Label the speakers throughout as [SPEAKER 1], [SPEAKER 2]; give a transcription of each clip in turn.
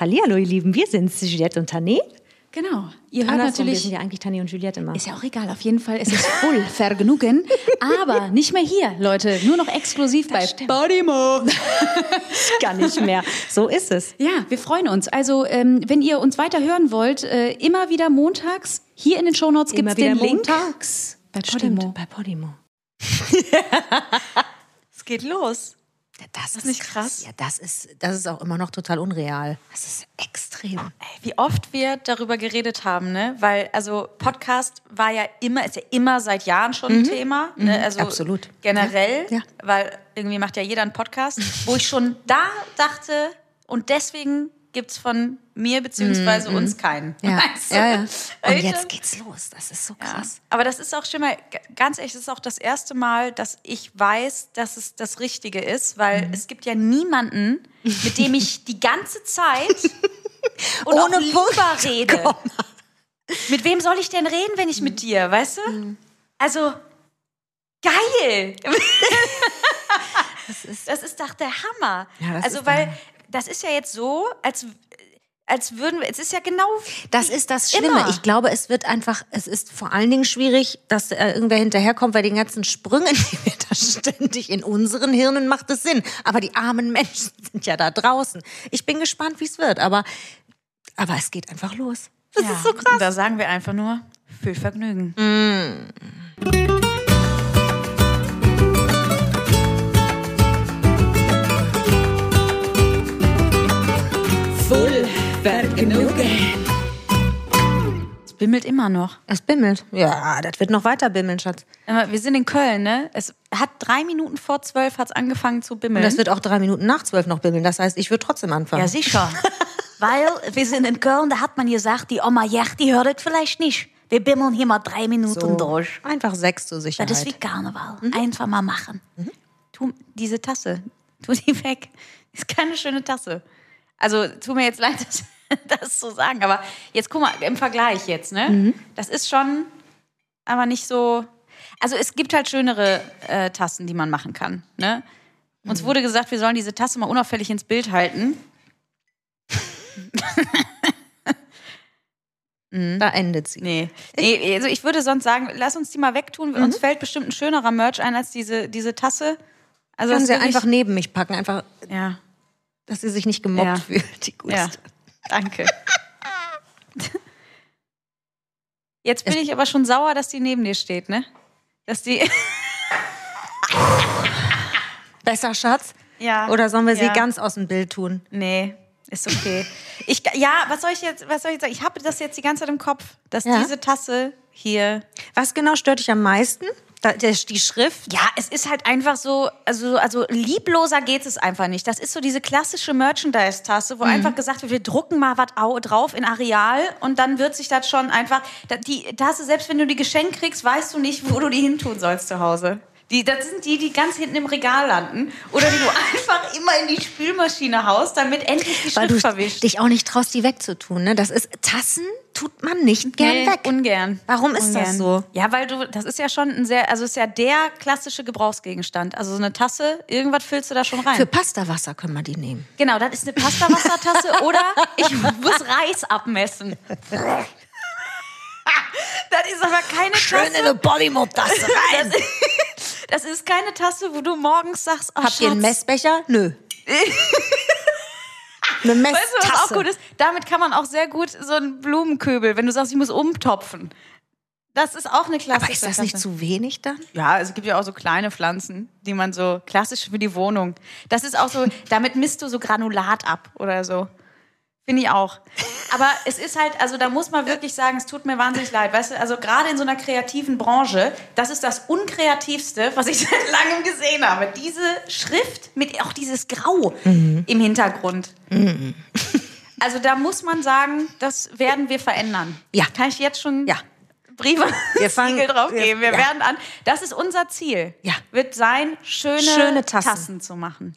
[SPEAKER 1] Hallihallo, ihr Lieben, wir sind Juliette und Tané.
[SPEAKER 2] Genau. Ihr hört
[SPEAKER 1] Andersrum, wir sind
[SPEAKER 2] natürlich.
[SPEAKER 1] ja eigentlich Tané und Juliette immer.
[SPEAKER 2] Ist ja auch egal, auf jeden Fall ist es voll Vergnügen. Aber nicht mehr hier, Leute. Nur noch exklusiv bei Podimo.
[SPEAKER 1] gar nicht mehr. So ist es.
[SPEAKER 2] Ja, wir freuen uns. Also, ähm, wenn ihr uns weiter hören wollt, äh, immer wieder montags. Hier in den Shownotes gibt
[SPEAKER 1] Immer
[SPEAKER 2] es den
[SPEAKER 1] wieder
[SPEAKER 2] Link.
[SPEAKER 1] montags.
[SPEAKER 2] Bei Podimo.
[SPEAKER 1] Stimmt, bei Podimo.
[SPEAKER 3] Es geht los.
[SPEAKER 1] Das ist
[SPEAKER 3] nicht krass?
[SPEAKER 1] Ja, das ist, das ist auch immer noch total unreal. Das ist extrem.
[SPEAKER 3] Wie oft wir darüber geredet haben, ne? Weil, also Podcast war ja immer, ist ja immer seit Jahren schon ein Thema. Ne? Also
[SPEAKER 1] Mhm. Absolut.
[SPEAKER 3] generell,
[SPEAKER 1] Ja, ja.
[SPEAKER 3] weil irgendwie macht ja jeder einen Podcast, wo ich schon da dachte, und deswegen gibt es von mir beziehungsweise uns keinen.
[SPEAKER 1] Mhm. Ja,
[SPEAKER 3] Weißt du?
[SPEAKER 1] ja, ja. Und
[SPEAKER 3] Weißt du?
[SPEAKER 1] jetzt geht's los. Das ist so
[SPEAKER 3] Ja.
[SPEAKER 1] krass.
[SPEAKER 3] Aber das ist auch schon mal, g- ganz ehrlich, das ist auch das erste Mal, dass ich weiß, dass es das Richtige ist, weil
[SPEAKER 1] Mhm.
[SPEAKER 3] es gibt ja niemanden, mit dem ich die ganze Zeit und
[SPEAKER 1] Ohne
[SPEAKER 3] auch lieber rede. Mit wem soll ich denn reden, wenn
[SPEAKER 1] Mhm.
[SPEAKER 3] ich mit dir, weißt du? Also, geil! das, ist das ist doch der Hammer.
[SPEAKER 1] Ja, das
[SPEAKER 3] also,
[SPEAKER 1] ist
[SPEAKER 3] weil das ist ja jetzt so, als, als würden wir, es ist ja genau
[SPEAKER 1] Das ist das Schlimme.
[SPEAKER 3] Immer.
[SPEAKER 1] Ich glaube, es wird einfach, es ist vor allen Dingen schwierig, dass äh, irgendwer hinterherkommt, weil den ganzen Sprüngen, die wir da ständig in unseren Hirnen macht es Sinn. Aber die armen Menschen sind ja da draußen. Ich bin gespannt, wie es wird, aber, aber es geht einfach los. Das
[SPEAKER 3] Ja,
[SPEAKER 1] ist so
[SPEAKER 3] und
[SPEAKER 1] krass.
[SPEAKER 3] Da sagen wir einfach nur, viel Vergnügen.
[SPEAKER 2] Voll Vergnügen.
[SPEAKER 3] Es bimmelt immer noch.
[SPEAKER 1] Es bimmelt. Ja, das wird noch weiter bimmeln, Schatz.
[SPEAKER 3] Aber wir sind in Köln, ne? Es hat drei Minuten vor zwölf hat's angefangen zu bimmeln.
[SPEAKER 1] Und das wird auch drei Minuten nach zwölf noch bimmeln. Das heißt, ich würde trotzdem anfangen.
[SPEAKER 3] ja, sicher. Weil wir sind in Köln, da hat man gesagt, die Oma Jach, die hört es vielleicht nicht. Wir bimmeln hier mal drei Minuten durch.
[SPEAKER 1] Einfach sechs zur Sicherheit.
[SPEAKER 3] Das ist wie Karneval. Einfach mal machen. Tu diese Tasse, tu die weg. Ist keine schöne Tasse. Also, tut mir jetzt leid, das, das zu sagen, aber jetzt guck mal, im Vergleich jetzt, ne?
[SPEAKER 1] Mhm.
[SPEAKER 3] Das ist schon, aber nicht so. Also, es gibt halt schönere äh, Tassen, die man machen kann, ne?
[SPEAKER 1] Mhm.
[SPEAKER 3] Uns wurde gesagt, wir sollen diese Tasse mal unauffällig ins Bild halten.
[SPEAKER 1] da endet sie.
[SPEAKER 3] Nee. nee, also ich würde sonst sagen, lass uns die mal wegtun.
[SPEAKER 1] Mhm.
[SPEAKER 3] Uns fällt bestimmt ein schönerer Merch ein als diese, diese Tasse. Also
[SPEAKER 1] Können
[SPEAKER 3] das
[SPEAKER 1] sie
[SPEAKER 3] will ich-
[SPEAKER 1] einfach neben mich packen, einfach,
[SPEAKER 3] Ja,
[SPEAKER 1] dass sie sich nicht gemobbt
[SPEAKER 3] Ja.
[SPEAKER 1] fühlt. Die Gute.
[SPEAKER 3] ja. Danke. Jetzt bin ich aber schon sauer, dass die neben dir steht, ne? Dass die.
[SPEAKER 1] Besser, Schatz?
[SPEAKER 3] Ja.
[SPEAKER 1] Oder sollen wir sie
[SPEAKER 3] Ja.
[SPEAKER 1] ganz aus dem Bild tun?
[SPEAKER 3] Nee, ist okay. Ich, ja, was soll ich jetzt, was soll ich jetzt sagen? Ich habe das jetzt die ganze Zeit im Kopf, dass
[SPEAKER 1] Ja.
[SPEAKER 3] diese Tasse hier
[SPEAKER 1] Was genau stört dich am meisten? Da, der, die Schrift?
[SPEAKER 3] Ja, es ist halt einfach so, also, also liebloser geht es einfach nicht. Das ist so diese klassische Merchandise-Tasse, wo
[SPEAKER 1] Mhm.
[SPEAKER 3] einfach gesagt wird, wir drucken mal was au- drauf in Areal und dann wird sich das schon einfach. da- Die Tasse, selbst wenn du die geschenkt kriegst, weißt du nicht, wo du die hintun sollst zu Hause. Die, das sind die, die ganz hinten im Regal landen oder die du einfach immer in die Spülmaschine haust, damit endlich die
[SPEAKER 1] Weil
[SPEAKER 3] Schrift
[SPEAKER 1] du
[SPEAKER 3] verwischt.
[SPEAKER 1] dich auch nicht traust, die wegzutun. Ne? Das ist, Tassen tut man nicht gern
[SPEAKER 3] Nee,
[SPEAKER 1] weg. Ah,
[SPEAKER 3] Ungern.
[SPEAKER 1] Warum ist
[SPEAKER 3] ungern.
[SPEAKER 1] das so?
[SPEAKER 3] Ja, weil du, das ist ja schon ein sehr, also ist ja der klassische Gebrauchsgegenstand. Also so eine Tasse, irgendwas füllst du da schon rein.
[SPEAKER 1] Für Pastawasser können wir die nehmen.
[SPEAKER 3] genau, das ist eine Pastawassertasse oder ich muss Reis abmessen. das ist aber keine Tasse.
[SPEAKER 1] eine Bodymop-Tasse rein.
[SPEAKER 3] Das ist keine Tasse, wo du morgens sagst, oh,
[SPEAKER 1] Habt ihr einen
[SPEAKER 3] Schatz,
[SPEAKER 1] Messbecher? Nö. eine
[SPEAKER 3] Weißt du, was auch gut
[SPEAKER 1] Messtasse.
[SPEAKER 3] ist? Damit kann man auch sehr gut so einen Blumenköbel, wenn du sagst, ich muss umtopfen. Das ist auch eine klassische
[SPEAKER 1] Aber ist das nicht
[SPEAKER 3] Tasse.
[SPEAKER 1] zu wenig dann?
[SPEAKER 3] Ja, also, es gibt ja auch so kleine Pflanzen, die man so klassisch für die Wohnung. Das ist auch so, damit misst du so Granulat ab oder so. Finde ich auch. Aber es ist halt, also da muss man wirklich sagen, es tut mir wahnsinnig leid. Weißt du, also gerade in so einer kreativen Branche, das ist das Unkreativste, was ich seit langem gesehen habe. Diese Schrift mit auch dieses Grau
[SPEAKER 1] Mhm.
[SPEAKER 3] im Hintergrund. Also da muss man sagen, das werden wir verändern.
[SPEAKER 1] Ja.
[SPEAKER 3] Kann ich jetzt schon
[SPEAKER 1] Ja.
[SPEAKER 3] Briefe
[SPEAKER 1] Wir fangen-
[SPEAKER 3] Siegel draufgeben. Wir
[SPEAKER 1] wir- ja.
[SPEAKER 3] werden an. Das ist unser Ziel.
[SPEAKER 1] Ja.
[SPEAKER 3] Wird sein, schöne,
[SPEAKER 1] Schöne Tassen.
[SPEAKER 3] zu machen.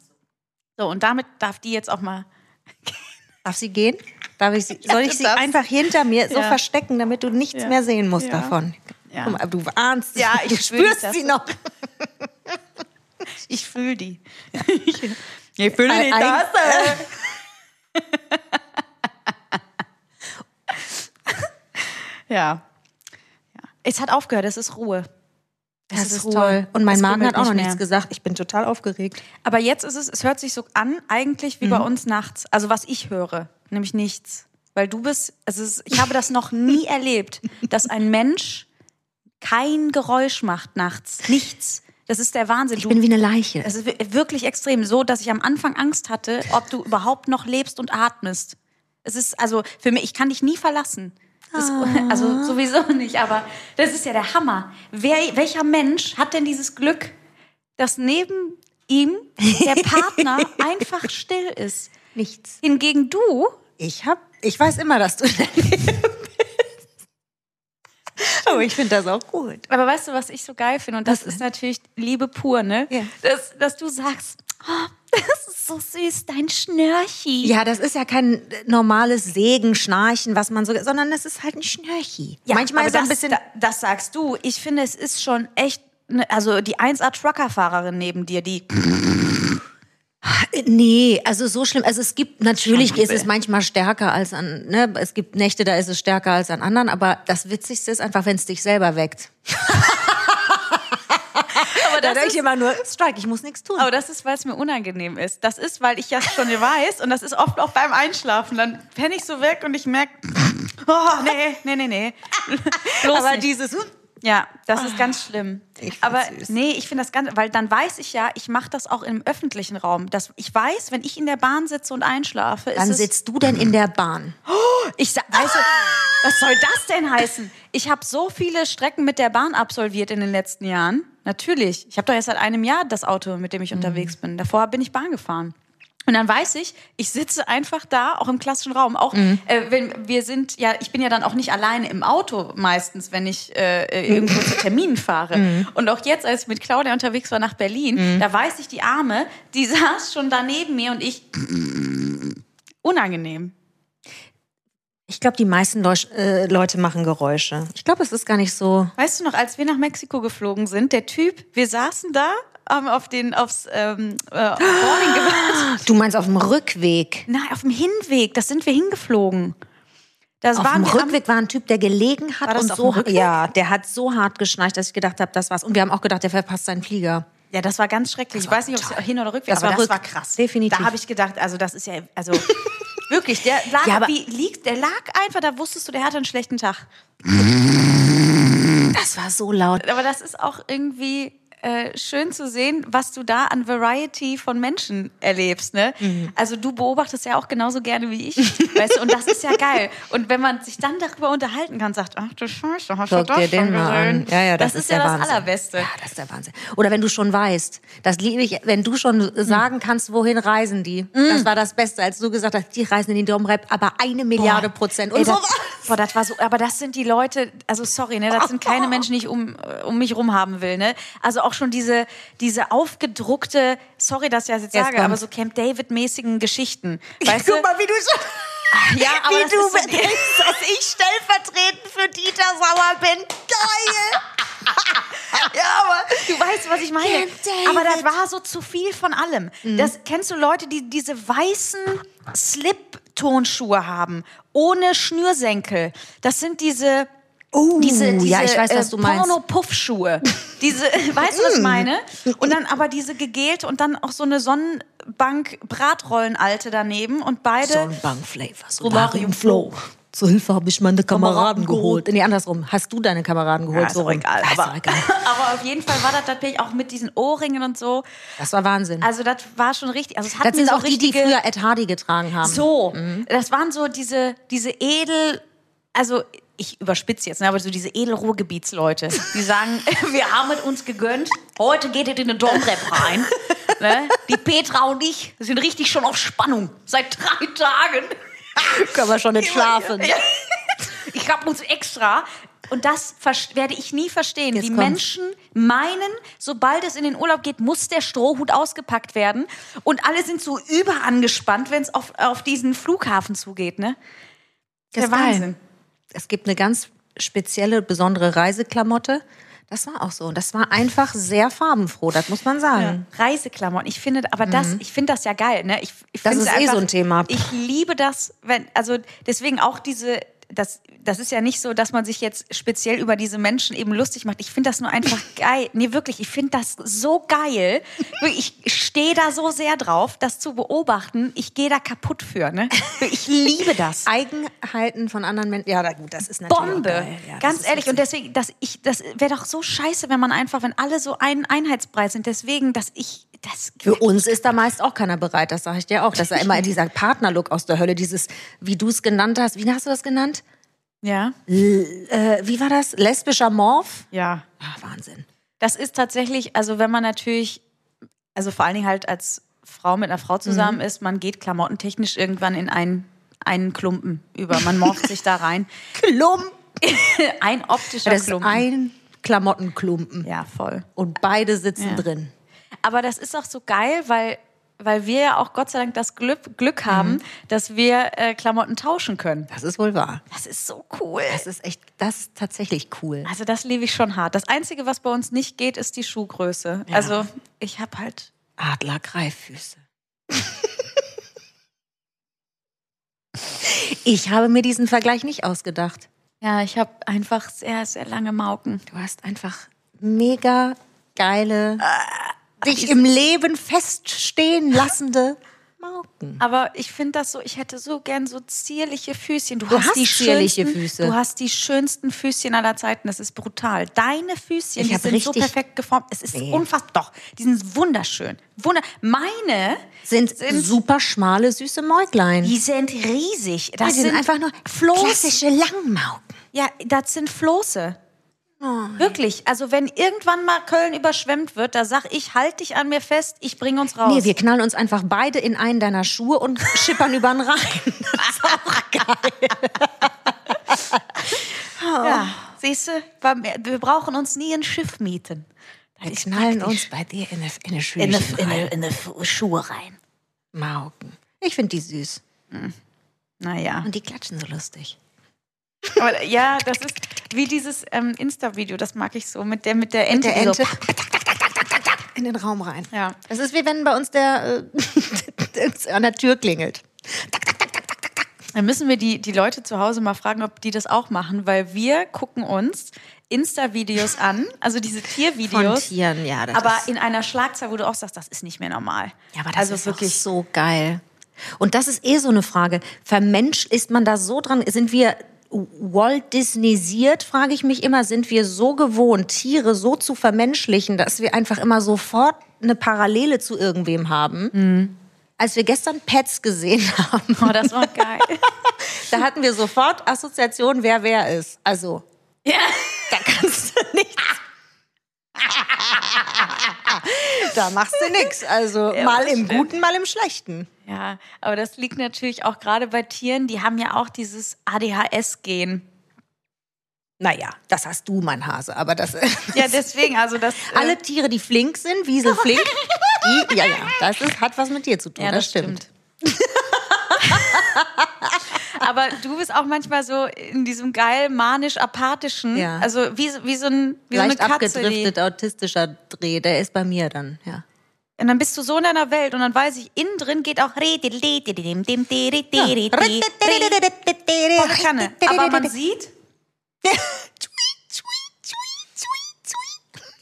[SPEAKER 3] So, und damit darf die jetzt auch mal.
[SPEAKER 1] Darf sie gehen? Darf ich sie, soll ich sie
[SPEAKER 3] das-
[SPEAKER 1] einfach hinter mir so
[SPEAKER 3] Ja.
[SPEAKER 1] verstecken, damit du nichts
[SPEAKER 3] Ja.
[SPEAKER 1] mehr sehen musst
[SPEAKER 3] Ja.
[SPEAKER 1] davon?
[SPEAKER 3] Ja.
[SPEAKER 1] Guck mal, du ahnst,
[SPEAKER 3] Ja,
[SPEAKER 1] du
[SPEAKER 3] ich spür die
[SPEAKER 1] spürst sie
[SPEAKER 3] Tasse.
[SPEAKER 1] noch.
[SPEAKER 3] Ich fühle die. Ich fühle
[SPEAKER 1] Ein- ein-
[SPEAKER 3] Ja. ja. Es hat aufgehört, es ist Ruhe.
[SPEAKER 1] Das,
[SPEAKER 3] Es
[SPEAKER 1] ist,
[SPEAKER 3] Ruhe.
[SPEAKER 1] toll. Und mein
[SPEAKER 3] Es
[SPEAKER 1] Magen
[SPEAKER 3] rummelt
[SPEAKER 1] hat auch noch
[SPEAKER 3] nicht
[SPEAKER 1] nichts
[SPEAKER 3] mehr.
[SPEAKER 1] gesagt. Ich bin total aufgeregt.
[SPEAKER 3] Aber jetzt ist es, es hört sich so an, eigentlich wie bei
[SPEAKER 1] Mhm.
[SPEAKER 3] uns nachts. Also was ich höre, nämlich nichts. Weil du bist, es ist, ich habe das noch nie erlebt, dass ein Mensch kein Geräusch macht nachts. Nichts. Das ist der Wahnsinn.
[SPEAKER 1] Ich
[SPEAKER 3] Du-
[SPEAKER 1] bin wie eine Leiche.
[SPEAKER 3] es ist wi- wirklich extrem so, dass ich am Anfang Angst hatte, ob du überhaupt noch lebst und atmest. Es ist also für mich, ich kann dich nie verlassen. Das, also sowieso nicht, aber das ist ja der Hammer. Wer, welcher Mensch hat denn dieses Glück, dass neben ihm der Partner einfach still ist?
[SPEAKER 1] Nichts.
[SPEAKER 3] Hingegen du,
[SPEAKER 1] Ich hab, ich weiß immer, dass du in der Nähe bist. Aber ich finde das auch gut.
[SPEAKER 3] aber weißt du, was ich so geil finde? Und das ist natürlich Liebe pur, ne?
[SPEAKER 1] Ja.
[SPEAKER 3] Dass, dass du sagst, oh, das ist so süß, dein Schnörchi.
[SPEAKER 1] Ja, das ist ja kein äh, normales Sägen, Schnarchen, was man so, sondern das ist halt ein Schnörchi. Manchmal
[SPEAKER 3] aber
[SPEAKER 1] ist er ein
[SPEAKER 3] das,
[SPEAKER 1] bisschen,
[SPEAKER 3] da- Das sagst du. Ich finde, es ist schon echt. ne- Also die 1A-Trucker-Fahrerin neben dir, die.
[SPEAKER 1] Äh, nee, also so schlimm. Also es gibt, natürlich
[SPEAKER 3] Schon
[SPEAKER 1] ist es manchmal stärker als an, ne, es gibt Nächte, da ist es stärker als an anderen, aber das Witzigste ist einfach, wenn es dich selber weckt.
[SPEAKER 3] Aber
[SPEAKER 1] Da denke ich immer nur, Strike, ich muss nichts tun.
[SPEAKER 3] aber oh, das ist, weil es mir unangenehm ist. Das ist, weil ich ja schon weiß und das ist oft auch beim Einschlafen. Dann penne ich so weg und ich merke, oh, nee, nee, nee, nee. Bloß
[SPEAKER 1] aber
[SPEAKER 3] nicht.
[SPEAKER 1] dieses, hm,
[SPEAKER 3] Ja, das ist ganz schlimm.
[SPEAKER 1] Ah, Ich find's
[SPEAKER 3] Aber
[SPEAKER 1] süß.
[SPEAKER 3] nee, ich finde das ganz, weil dann weiß ich ja, ich mache das auch im öffentlichen Raum. Das, ich weiß, wenn ich in der Bahn sitze und einschlafe, ist
[SPEAKER 1] wann
[SPEAKER 3] es
[SPEAKER 1] sitzt du denn in der Bahn?
[SPEAKER 3] Ich sa- weißt du, was soll das denn heißen? Ich habe so viele Strecken mit der Bahn absolviert in den letzten Jahren. Natürlich. Ich habe doch erst seit einem Jahr das Auto, mit dem ich unterwegs bin. Davor bin ich Bahn gefahren. Und dann weiß ich, ich sitze einfach da, auch im klassischen Raum. Auch äh, wenn wir sind, ja, ich bin ja dann auch nicht alleine im Auto meistens, wenn ich äh, äh, irgendwo zu Terminen fahre. Und auch jetzt, als ich mit Claudia unterwegs war nach Berlin, da weiß ich, die Arme, die saß schon da neben mir und ich unangenehm.
[SPEAKER 1] Ich glaube, die meisten Leusch- äh, Leute machen Geräusche. Ich glaube, es ist gar nicht so.
[SPEAKER 3] Weißt du noch, als wir nach Mexiko geflogen sind, der Typ, wir saßen da, haben auf den, aufs ähm, äh, auf Boarding gewartet.
[SPEAKER 1] Ah, Du meinst auf dem Rückweg?
[SPEAKER 3] Nein, auf dem Hinweg, das sind wir hingeflogen. Das
[SPEAKER 1] Auf
[SPEAKER 3] waren
[SPEAKER 1] dem
[SPEAKER 3] wir am-
[SPEAKER 1] Rückweg war ein Typ, der gelegen hat
[SPEAKER 3] War das
[SPEAKER 1] und
[SPEAKER 3] auf
[SPEAKER 1] so.
[SPEAKER 3] dem Rückweg?
[SPEAKER 1] Ja, der hat so hart geschnarcht, dass ich gedacht habe, das war's. Und wir haben auch gedacht, der verpasst seinen Flieger.
[SPEAKER 3] Ja, das war ganz schrecklich. ich weiß nicht, ob es hin oder rückweg
[SPEAKER 1] Das
[SPEAKER 3] war, aber
[SPEAKER 1] war
[SPEAKER 3] das war
[SPEAKER 1] rück-
[SPEAKER 3] krass.
[SPEAKER 1] definitiv.
[SPEAKER 3] Da habe ich gedacht, also das ist ja, also wirklich, der lag,
[SPEAKER 1] Ja, aber-
[SPEAKER 3] wie, liegt, der lag einfach, da wusstest du, der hatte einen schlechten Tag.
[SPEAKER 1] Das war so laut.
[SPEAKER 3] Aber das ist auch irgendwie äh, schön zu sehen, was du da an Variety von Menschen erlebst. Ne?
[SPEAKER 1] Mhm.
[SPEAKER 3] Also du beobachtest ja auch genauso gerne wie ich. weißt du? Und das ist ja geil. Und wenn man sich dann darüber unterhalten kann, sagt, ach du Scheiße, hast du
[SPEAKER 1] Guck
[SPEAKER 3] das
[SPEAKER 1] dir
[SPEAKER 3] schon
[SPEAKER 1] den mal an.
[SPEAKER 3] gesehen?
[SPEAKER 1] Ja, ja, das,
[SPEAKER 3] das ist,
[SPEAKER 1] ist
[SPEAKER 3] ja
[SPEAKER 1] der
[SPEAKER 3] das
[SPEAKER 1] Wahnsinn.
[SPEAKER 3] Allerbeste.
[SPEAKER 1] Ja, das ist der Wahnsinn. Oder wenn du schon weißt, das liebe ich, wenn du schon sagen kannst, wohin reisen die. Das war das Beste, als du gesagt hast, die reisen in den Domrep, aber eine Milliarde Prozent. Und
[SPEAKER 3] Ey,
[SPEAKER 1] so
[SPEAKER 3] das,
[SPEAKER 1] war
[SPEAKER 3] boah, das war so, aber das sind die Leute, also sorry, ne, das sind keine Menschen, die ich um, äh, um mich rum haben will, ne? Also auch schon diese, diese aufgedruckte, sorry, dass ich das jetzt
[SPEAKER 1] Jetzt
[SPEAKER 3] sage,
[SPEAKER 1] kommt-
[SPEAKER 3] aber so Camp David-mäßigen Geschichten. Weißt du?
[SPEAKER 1] Guck mal, wie du schon.
[SPEAKER 3] Ja, aber
[SPEAKER 1] wie
[SPEAKER 3] das
[SPEAKER 1] du
[SPEAKER 3] ist so-
[SPEAKER 1] bedenkst, dass ich stellvertretend für Dieter Sauer bin. Geil!
[SPEAKER 3] Ja, aber du weißt, was ich meine.
[SPEAKER 1] Camp David. Mhm.
[SPEAKER 3] Aber das war so zu viel von allem. Das kennst du Leute, die diese weißen Slip-Tonschuhe haben, ohne Schnürsenkel. Das sind diese. diese, diese
[SPEAKER 1] Oh,
[SPEAKER 3] äh,
[SPEAKER 1] ja, ich weiß, was du meinst. Mm.
[SPEAKER 3] Porno-Puffschuhe. Diese, weißt du, was ich meine? Und dann aber diese gegelte und dann auch so eine Sonnenbank-Bratrollenalte daneben und beide.
[SPEAKER 1] Sonnenbank-Flavor,
[SPEAKER 3] Solarium Flow.
[SPEAKER 1] Zur Hilfe habe ich meine
[SPEAKER 3] Kameraden geholt.
[SPEAKER 1] Nee, andersrum. Hast du deine Kameraden geholt?
[SPEAKER 3] Ja, ist
[SPEAKER 1] so
[SPEAKER 3] doch
[SPEAKER 1] rum.
[SPEAKER 3] egal,
[SPEAKER 1] Ja, ist
[SPEAKER 3] aber-
[SPEAKER 1] doch egal.
[SPEAKER 3] aber auf jeden Fall war das tatsächlich auch mit diesen Ohrringen und so.
[SPEAKER 1] Das war Wahnsinn.
[SPEAKER 3] Also das war schon richtig. Also es hat
[SPEAKER 1] das
[SPEAKER 3] mir
[SPEAKER 1] sind
[SPEAKER 3] so
[SPEAKER 1] auch die, die
[SPEAKER 3] richtige,
[SPEAKER 1] früher Ed Hardy getragen haben.
[SPEAKER 3] So, das waren so diese, diese edel, also ich überspitze jetzt, ne, aber so diese edel Ruhrgebietsleute, die sagen, wir haben es uns gegönnt, heute geht es in den Domrep rein. ne? Die Petra und ich sind richtig schon auf Spannung, seit drei Tagen.
[SPEAKER 1] können wir schon nicht schlafen.
[SPEAKER 3] Ja. Ich habe uns extra. Und das vers- werde ich nie verstehen.
[SPEAKER 1] Jetzt
[SPEAKER 3] wie
[SPEAKER 1] kommt's.
[SPEAKER 3] Menschen meinen, sobald es in den Urlaub geht, muss der Strohhut ausgepackt werden. Und alle sind so überangespannt, wenn es auf, auf diesen Flughafen zugeht. Ne?
[SPEAKER 1] Das ist geil. Es gibt eine ganz spezielle, besondere Reiseklamotte. Das war auch so. Und das war einfach sehr farbenfroh, das muss man sagen.
[SPEAKER 3] Reiseklamotten. Ich finde, aber das, ich finde das ja geil. Ne? Ich, ich
[SPEAKER 1] Mhm. Das
[SPEAKER 3] find's
[SPEAKER 1] ist eh so ein Thema.
[SPEAKER 3] Ich liebe das, wenn, also deswegen auch diese, das, das ist ja nicht so, dass man sich jetzt speziell über diese Menschen eben lustig macht. Ich finde das nur einfach geil. Nee, wirklich, ich finde das so geil. Wirklich, Ich stehe da so sehr drauf, das zu beobachten. Ich gehe da kaputt für, ne? Ich liebe das.
[SPEAKER 1] Eigenheiten von anderen Menschen. Ja, na gut, das ist natürlich. auch
[SPEAKER 3] Bombe.
[SPEAKER 1] geil. Ja, das
[SPEAKER 3] Ganz
[SPEAKER 1] ist
[SPEAKER 3] ehrlich. Und deswegen, dass ich, das wäre doch so scheiße, wenn man einfach, wenn alle so einen Einheitsbrei sind. Deswegen, dass ich, das
[SPEAKER 1] Für uns ist da meist auch keiner bereit, das sage ich dir auch. Das ist ja immer dieser Partnerlook aus der Hölle, dieses, wie du es genannt hast, wie hast du das genannt?
[SPEAKER 3] Ja.
[SPEAKER 1] Äh, wie war das? Lesbischer Morph?
[SPEAKER 3] Ja.
[SPEAKER 1] Ah, Wahnsinn.
[SPEAKER 3] Das ist tatsächlich, also wenn man natürlich, also vor allen Dingen halt als Frau mit einer Frau zusammen ist, man geht klamottentechnisch irgendwann in einen, einen Klumpen über. Man morpht sich da rein.
[SPEAKER 1] Klump.
[SPEAKER 3] Ein optischer
[SPEAKER 1] Das ist
[SPEAKER 3] Klumpen.
[SPEAKER 1] ein Klamottenklumpen.
[SPEAKER 3] ja, voll.
[SPEAKER 1] Und beide sitzen drin.
[SPEAKER 3] Aber das ist auch so geil, weil, weil wir ja auch Gott sei Dank das Glück, Glück haben, dass wir äh, Klamotten tauschen können.
[SPEAKER 1] Das ist wohl wahr.
[SPEAKER 3] Das ist so cool.
[SPEAKER 1] Das ist echt, das ist tatsächlich cool.
[SPEAKER 3] Also das lebe ich schon hart. Das Einzige, was bei uns nicht geht, ist die Schuhgröße. Also ich habe halt
[SPEAKER 1] Adler Greiffüße. ich habe mir diesen Vergleich nicht ausgedacht.
[SPEAKER 3] Ja, ich habe einfach sehr, sehr lange Mauken.
[SPEAKER 1] Du hast einfach mega geile, dich im Leben feststehen lassende Mauken.
[SPEAKER 3] Aber ich finde das so, ich hätte so gern so zierliche Füßchen. Du,
[SPEAKER 1] hast
[SPEAKER 3] die
[SPEAKER 1] zierliche
[SPEAKER 3] schönsten,
[SPEAKER 1] Füße.
[SPEAKER 3] Du hast die schönsten Füßchen aller Zeiten. Das ist brutal. Deine Füßchen,
[SPEAKER 1] Ich
[SPEAKER 3] die
[SPEAKER 1] hab
[SPEAKER 3] sind so
[SPEAKER 1] richtig-
[SPEAKER 3] perfekt geformt. Es ist
[SPEAKER 1] Nee.
[SPEAKER 3] unfassbar. Doch, die sind wunderschön. Wunder meine,
[SPEAKER 1] Sind, super schmale, süße Mäuglein.
[SPEAKER 3] die sind riesig.
[SPEAKER 1] Die
[SPEAKER 3] Das
[SPEAKER 1] sind,
[SPEAKER 3] sind
[SPEAKER 1] einfach nur klassische Langmauken.
[SPEAKER 3] Ja, das sind Floße.
[SPEAKER 1] Oh,
[SPEAKER 3] Wirklich. Also wenn irgendwann mal Köln überschwemmt wird, da sag ich, halt dich an mir fest, ich bring uns raus.
[SPEAKER 1] Oh. Nee, wir knallen uns einfach beide in einen deiner Schuhe und schippern über den Rhein.
[SPEAKER 3] Ja, siehst du, wir brauchen uns nie ein Schiff mieten.
[SPEAKER 1] Wir knallen uns bei dir in eine, in eine Schüche
[SPEAKER 3] In
[SPEAKER 1] rein.
[SPEAKER 3] eine, in eine Schuhe rein.
[SPEAKER 1] Mauken. Ich finde die süß.
[SPEAKER 3] Naja.
[SPEAKER 1] Und die klatschen so lustig.
[SPEAKER 3] Aber, ja, das ist wie dieses ähm, Insta-Video, das mag ich so, mit der, mit der Ente.
[SPEAKER 1] Der
[SPEAKER 3] die
[SPEAKER 1] Ente
[SPEAKER 3] So,
[SPEAKER 1] in den Raum rein.
[SPEAKER 3] ja.
[SPEAKER 1] Das ist wie wenn bei uns der äh, an der Tür klingelt.
[SPEAKER 3] Dann müssen wir die, die Leute zu Hause mal fragen, ob die das auch machen, weil wir gucken uns Insta-Videos an, also diese Tiervideos.
[SPEAKER 1] Tieren, ja. Das
[SPEAKER 3] Aber
[SPEAKER 1] ist,
[SPEAKER 3] in einer Schlagzeile, wo du auch sagst, das ist nicht mehr normal.
[SPEAKER 1] ja, aber das
[SPEAKER 3] also
[SPEAKER 1] ist wirklich
[SPEAKER 3] wirklich.
[SPEAKER 1] auch so geil. Und das ist eh so eine Frage. Vermensch, ist man da so dran? Sind wir Walt Disneysiert, frage ich mich immer, sind wir so gewohnt, Tiere so zu vermenschlichen, dass wir einfach immer sofort eine Parallele zu irgendwem haben?
[SPEAKER 3] Mhm.
[SPEAKER 1] Als wir gestern Pets gesehen haben,
[SPEAKER 3] Oh, das war geil.
[SPEAKER 1] Da hatten wir sofort Assoziation, wer wer ist. Also,
[SPEAKER 3] ja.
[SPEAKER 1] da kannst du nicht. da machst du nichts. Also, mal im Guten, mal im Schlechten.
[SPEAKER 3] Ja, aber das liegt natürlich auch gerade bei Tieren, die haben ja auch dieses ADHS-Gen.
[SPEAKER 1] Naja, das hast du, mein Hase. Aber das.
[SPEAKER 3] Ja, deswegen, also das. äh,
[SPEAKER 1] alle Tiere, die flink sind, Wiesel flink, die, ja, ja, das ist, hat was mit dir zu tun.
[SPEAKER 3] ja, das stimmt. aber du bist auch manchmal so in diesem geil manisch-apathischen,
[SPEAKER 1] Ja.
[SPEAKER 3] also wie, so- wie so, ein, wie so eine
[SPEAKER 1] Leicht
[SPEAKER 3] Katze. Die,
[SPEAKER 1] abgedriftet, autistischer Dreh, der ist bei mir dann, ja.
[SPEAKER 3] und dann bist du so in deiner Welt und dann weiß ich, innen drin geht auch volle Kanne. Aber man sieht,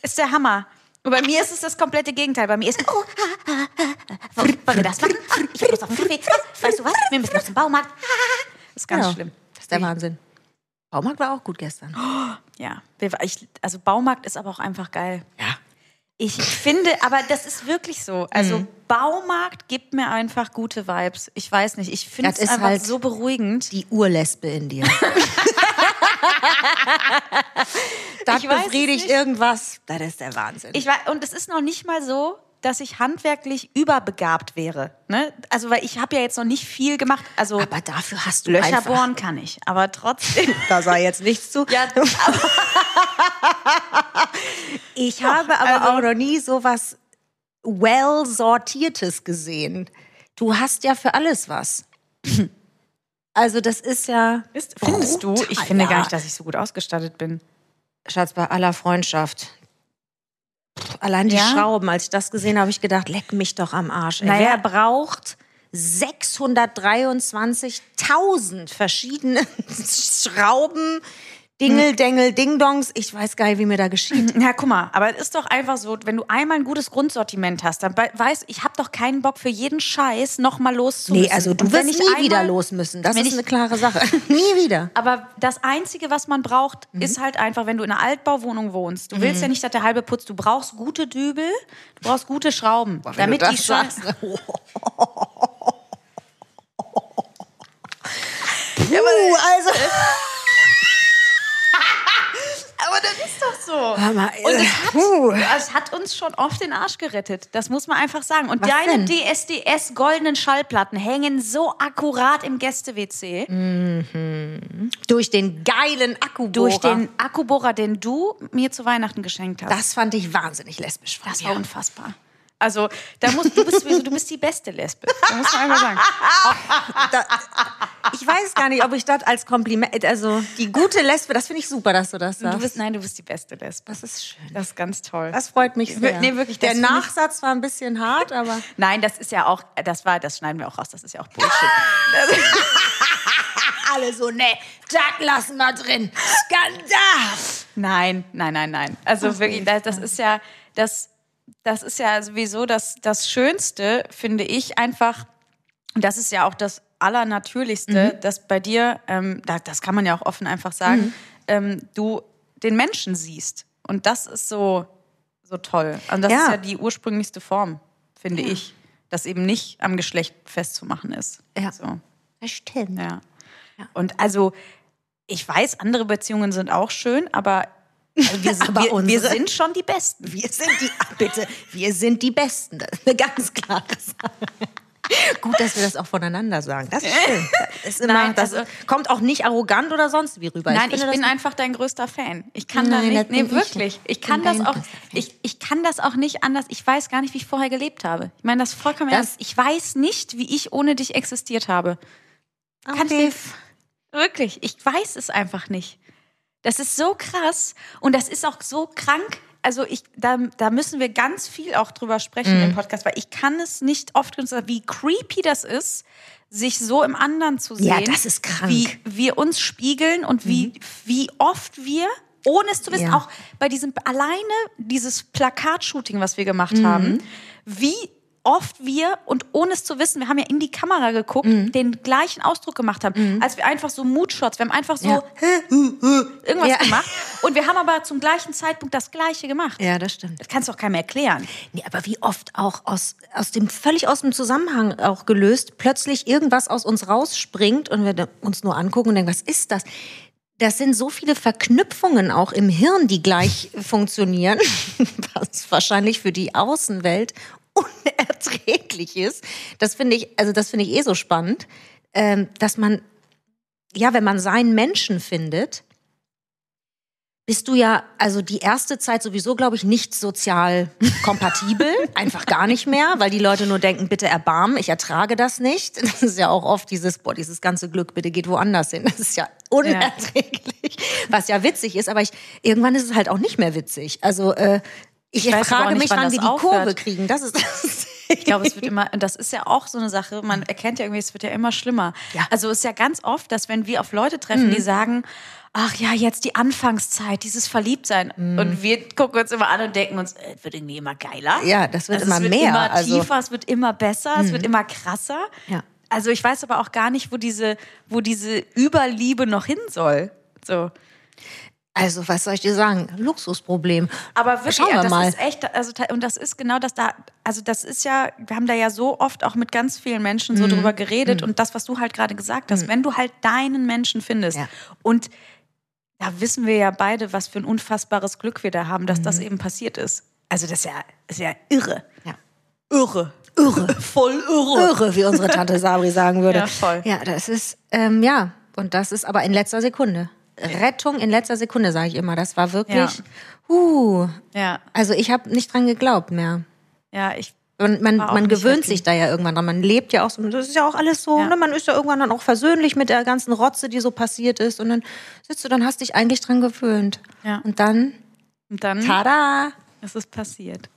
[SPEAKER 3] ist der Hammer. Und bei mir ist es das komplette Gegenteil. Bei mir ist oh, ah, ah, ah, ah. wollen wir das machen? Ah, Ich hab Lust auf einen Kaffee. Ah, Weißt du was? Wir müssen noch zum Baumarkt. Ah. Ist Oh. ganz
[SPEAKER 1] Ja,
[SPEAKER 3] schlimm.
[SPEAKER 1] Das ist der Wahnsinn. Baumarkt war auch gut gestern.
[SPEAKER 3] Ja, wir- ich, also Baumarkt ist aber auch einfach geil.
[SPEAKER 1] Ja.
[SPEAKER 3] Ich finde, aber das ist wirklich so. Also
[SPEAKER 1] Mhm.
[SPEAKER 3] Baumarkt gibt mir einfach gute Vibes. Ich weiß nicht, ich finde
[SPEAKER 1] Das
[SPEAKER 3] es
[SPEAKER 1] ist
[SPEAKER 3] einfach
[SPEAKER 1] halt
[SPEAKER 3] so beruhigend.
[SPEAKER 1] die Urlesbe in dir. das
[SPEAKER 3] Ich weiß es
[SPEAKER 1] befriedigt
[SPEAKER 3] nicht.
[SPEAKER 1] irgendwas. Das ist der Wahnsinn.
[SPEAKER 3] Ich war, und es ist noch nicht mal so, dass ich handwerklich überbegabt wäre. Ne? Also, weil ich habe ja jetzt noch nicht viel gemacht. Also
[SPEAKER 1] aber dafür hast du
[SPEAKER 3] Löcher
[SPEAKER 1] einfach,
[SPEAKER 3] bohren kann ich, aber trotzdem.
[SPEAKER 1] Da sei jetzt nichts zu.
[SPEAKER 3] ja,
[SPEAKER 1] ich habe aber auch noch nie so was well sortiertes gesehen. Du hast ja für alles was. Also das ist ja
[SPEAKER 3] ist, findest du? Ich
[SPEAKER 1] brutal,
[SPEAKER 3] finde
[SPEAKER 1] ja.
[SPEAKER 3] gar nicht, dass ich so gut ausgestattet bin.
[SPEAKER 1] Schatz, bei aller Freundschaft. Pff, Allein die
[SPEAKER 3] Ja?
[SPEAKER 1] Schrauben, als ich das gesehen habe, habe ich gedacht, leck mich doch am Arsch. Ey.
[SPEAKER 3] Naja.
[SPEAKER 1] Wer braucht 623.000 verschiedene Schrauben, Dingel, Dengel, Dingdongs. Ich weiß gar nicht, wie mir da geschieht.
[SPEAKER 3] Na, guck mal, aber es ist doch einfach so, wenn du einmal ein gutes Grundsortiment hast, dann bei- weißt ich habe doch keinen Bock für jeden Scheiß nochmal loszulassen.
[SPEAKER 1] Nee, also du wirst nie wieder los müssen. Das
[SPEAKER 3] wenn
[SPEAKER 1] ist
[SPEAKER 3] ich-
[SPEAKER 1] eine klare Sache. nie wieder.
[SPEAKER 3] Aber das Einzige, was man braucht,
[SPEAKER 1] Mhm.
[SPEAKER 3] ist halt einfach, wenn du in einer Altbauwohnung wohnst. Du willst ja nicht, dass der halbe putzt. Du brauchst gute Dübel, du brauchst gute Schrauben. damit die Scheiße.
[SPEAKER 1] Uh, also.
[SPEAKER 3] Aber das ist doch so.
[SPEAKER 1] Hör mal,
[SPEAKER 3] Und
[SPEAKER 1] äh,
[SPEAKER 3] es hat,
[SPEAKER 1] puh.
[SPEAKER 3] es hat uns schon oft den Arsch gerettet. Das muss man einfach sagen. Und
[SPEAKER 1] Was
[SPEAKER 3] deine
[SPEAKER 1] denn?
[SPEAKER 3] DSDS goldenen Schallplatten hängen so akkurat im Gäste-WC.
[SPEAKER 1] Durch den geilen Akku.
[SPEAKER 3] Durch den Akkubohrer, den du mir zu Weihnachten geschenkt hast.
[SPEAKER 1] Das fand ich wahnsinnig lesbisch von
[SPEAKER 3] Das
[SPEAKER 1] dir.
[SPEAKER 3] war unfassbar. Also, da musst, du, bist, sowieso- du bist die beste Lesbe. Da muss man einfach sagen.
[SPEAKER 1] Ich weiß gar nicht, ob ich das als Kompliment, also die gute Lesbe, das finde ich super, dass du das
[SPEAKER 3] Du
[SPEAKER 1] sagst.
[SPEAKER 3] bist, nein, du bist die beste Lesbe.
[SPEAKER 1] das ist schön.
[SPEAKER 3] Das ist ganz toll.
[SPEAKER 1] Das freut mich sehr.
[SPEAKER 3] Nee, wirklich, das
[SPEAKER 1] Der
[SPEAKER 3] finde ich-
[SPEAKER 1] Nachsatz war ein bisschen hart, aber
[SPEAKER 3] Nein, das ist ja auch, das war, das schneiden wir auch raus, das ist ja auch Bullshit.
[SPEAKER 1] alle so, nee, das lassen wir drin. Skandal.
[SPEAKER 3] Nein, nein, nein, nein. Also wirklich, das, das ist ja, das, das ist ja sowieso das, das Schönste, finde ich, einfach, und das ist ja auch das Allernatürlichste,
[SPEAKER 1] Mhm.
[SPEAKER 3] dass bei dir, ähm, da, das kann man ja auch offen einfach sagen, ähm, du den Menschen siehst. Und das ist so, so toll. Und das
[SPEAKER 1] Ja.
[SPEAKER 3] ist ja die ursprünglichste Form, finde ich. Das eben nicht am Geschlecht festzumachen ist.
[SPEAKER 1] Ja.
[SPEAKER 3] So.
[SPEAKER 1] Das stimmt.
[SPEAKER 3] Ja. Und also, ich weiß, andere Beziehungen sind auch schön, aber wir, sind-
[SPEAKER 1] Aber
[SPEAKER 3] wir, wir
[SPEAKER 1] unsere-
[SPEAKER 3] sind schon die Besten.
[SPEAKER 1] Wir sind die, ah, bitte, wir sind die Besten. Das ist eine ganz klare Sache. Gut, dass wir das auch voneinander sagen. Das ist schön. Das, ist immer,
[SPEAKER 3] Nein,
[SPEAKER 1] das
[SPEAKER 3] also-
[SPEAKER 1] kommt auch nicht arrogant oder sonst wie rüber.
[SPEAKER 3] Nein, ich,
[SPEAKER 1] finde,
[SPEAKER 3] bin
[SPEAKER 1] das-
[SPEAKER 3] einfach dein grhröster Fan. Ich kann
[SPEAKER 1] Nein,
[SPEAKER 3] da
[SPEAKER 1] das
[SPEAKER 3] nicht, nee,
[SPEAKER 1] bin ich
[SPEAKER 3] wirklich.
[SPEAKER 1] nicht.
[SPEAKER 3] Ich,
[SPEAKER 1] Ich
[SPEAKER 3] kann
[SPEAKER 1] bin
[SPEAKER 3] das
[SPEAKER 1] dein
[SPEAKER 3] auch,
[SPEAKER 1] größter Fan.
[SPEAKER 3] ich, ich kann das auch nicht anders. Ich weiß gar nicht, wie ich vorher gelebt habe. Ich meine, das ist vollkommen
[SPEAKER 1] Das-
[SPEAKER 3] ernst. Ich weiß nicht, wie ich ohne dich existiert habe. Kann ich
[SPEAKER 1] Okay.
[SPEAKER 3] dir- Wirklich, ich weiß es einfach nicht. Das ist so krass und das ist auch so krank. Also ich, da, da müssen wir ganz viel auch drüber sprechen
[SPEAKER 1] Mhm.
[SPEAKER 3] im Podcast, weil ich kann es nicht oft genug sagen, wie creepy das ist, sich so im anderen zu sehen.
[SPEAKER 1] Ja, das ist krank.
[SPEAKER 3] Wie wir uns spiegeln und wie, wie oft wir, ohne es zu wissen,
[SPEAKER 1] Mhm. Ja.
[SPEAKER 3] auch bei diesem alleine dieses Plakatshooting, was wir gemacht
[SPEAKER 1] Mhm.
[SPEAKER 3] haben, wie oft wir und ohne es zu wissen, wir haben ja in die Kamera geguckt,
[SPEAKER 1] Mhm.
[SPEAKER 3] den gleichen Ausdruck gemacht haben, als wir einfach so Moodshots, wir haben einfach so
[SPEAKER 1] Ja.
[SPEAKER 3] irgendwas
[SPEAKER 1] Ja.
[SPEAKER 3] gemacht und wir haben aber zum gleichen Zeitpunkt das gleiche gemacht.
[SPEAKER 1] Ja, das stimmt.
[SPEAKER 3] Das kannst du auch keinem erklären.
[SPEAKER 1] Nee, aber wie oft auch aus, aus dem völlig aus dem Zusammenhang auch gelöst, plötzlich irgendwas aus uns rausspringt und wir uns nur angucken und denken, was ist das? Das sind so viele Verknüpfungen auch im Hirn, die gleich funktionieren, was wahrscheinlich für die Außenwelt unerträglich ist. Das finde ich, also das finde ich eh so spannend, ähm, dass man, ja, wenn man seinen Menschen findet, bist du ja also die erste Zeit sowieso, glaube ich, nicht sozial kompatibel, einfach gar nicht mehr, weil die Leute nur denken, bitte erbarmen, ich ertrage das nicht. Das ist ja auch oft dieses, boah, dieses ganze Glück, bitte geht woanders hin. Das ist ja unerträglich, was ja witzig ist, aber ich, irgendwann ist es halt auch nicht mehr witzig. Also äh, ich,
[SPEAKER 3] weiß aber auch
[SPEAKER 1] frage
[SPEAKER 3] nicht,
[SPEAKER 1] mich,
[SPEAKER 3] wann
[SPEAKER 1] wann
[SPEAKER 3] das
[SPEAKER 1] wir die
[SPEAKER 3] aufhört.
[SPEAKER 1] Kurve kriegen. Das ist das.
[SPEAKER 3] Ich glaube, es wird immer, und das ist ja auch so eine Sache, man erkennt ja irgendwie, es wird ja immer schlimmer.
[SPEAKER 1] Ja. Mhm.
[SPEAKER 3] Also es ist ja ganz oft, dass wenn wir auf Leute treffen, die sagen, ach ja, jetzt die Anfangszeit, dieses Verliebtsein.
[SPEAKER 1] Mhm.
[SPEAKER 3] Und wir gucken uns immer an und denken uns, äh, es wird irgendwie immer geiler.
[SPEAKER 1] Ja, das wird immer
[SPEAKER 3] es wird
[SPEAKER 1] mehr,
[SPEAKER 3] immer
[SPEAKER 1] also- Mhm.
[SPEAKER 3] tiefer, es wird immer besser, es wird immer krasser.
[SPEAKER 1] Ja.
[SPEAKER 3] Also ich weiß aber auch gar nicht, wo diese, wo diese Überliebe noch hin soll. So.
[SPEAKER 1] Also, was soll ich dir sagen? Luxusproblem.
[SPEAKER 3] Aber wirklich,
[SPEAKER 1] Schauen wir
[SPEAKER 3] das
[SPEAKER 1] mal.
[SPEAKER 3] ist echt, also ta- und das ist genau das da, also das ist ja, wir haben da ja so oft auch mit ganz vielen Menschen
[SPEAKER 1] Mhm.
[SPEAKER 3] so drüber geredet und das, was du halt gerade gesagt hast, wenn du halt deinen Menschen findest
[SPEAKER 1] Ja.
[SPEAKER 3] und da wissen wir ja beide, was für ein unfassbares Glück wir da haben, dass das eben passiert ist. Also das ist ja, ist ja irre.
[SPEAKER 1] Mhm. Ja.
[SPEAKER 3] Irre. Irre. Voll irre.
[SPEAKER 1] irre, wie unsere Tante Sabri sagen würde.
[SPEAKER 3] Ja, voll.
[SPEAKER 1] Ja, das ist, ähm, ja, und das ist aber in letzter Sekunde. Rettung in letzter Sekunde, sage ich immer. Das war wirklich,
[SPEAKER 3] Ja.
[SPEAKER 1] huh.
[SPEAKER 3] Ja,
[SPEAKER 1] Also ich habe nicht dran geglaubt mehr.
[SPEAKER 3] ja, ich,
[SPEAKER 1] Man, man,
[SPEAKER 3] War auch
[SPEAKER 1] man
[SPEAKER 3] nicht
[SPEAKER 1] gewöhnt
[SPEAKER 3] happy.
[SPEAKER 1] sich da ja irgendwann dran. Man lebt ja auch so. Das ist ja auch alles so.
[SPEAKER 3] Ja.
[SPEAKER 1] Ne? Man ist ja irgendwann dann auch versöhnlich mit der ganzen Rotze, die so passiert ist. Und dann sitzt du, dann hast dich eigentlich dran gewöhnt.
[SPEAKER 3] Ja. Hm?
[SPEAKER 1] Und dann,
[SPEAKER 3] und dann
[SPEAKER 1] tada,
[SPEAKER 3] ist es passiert.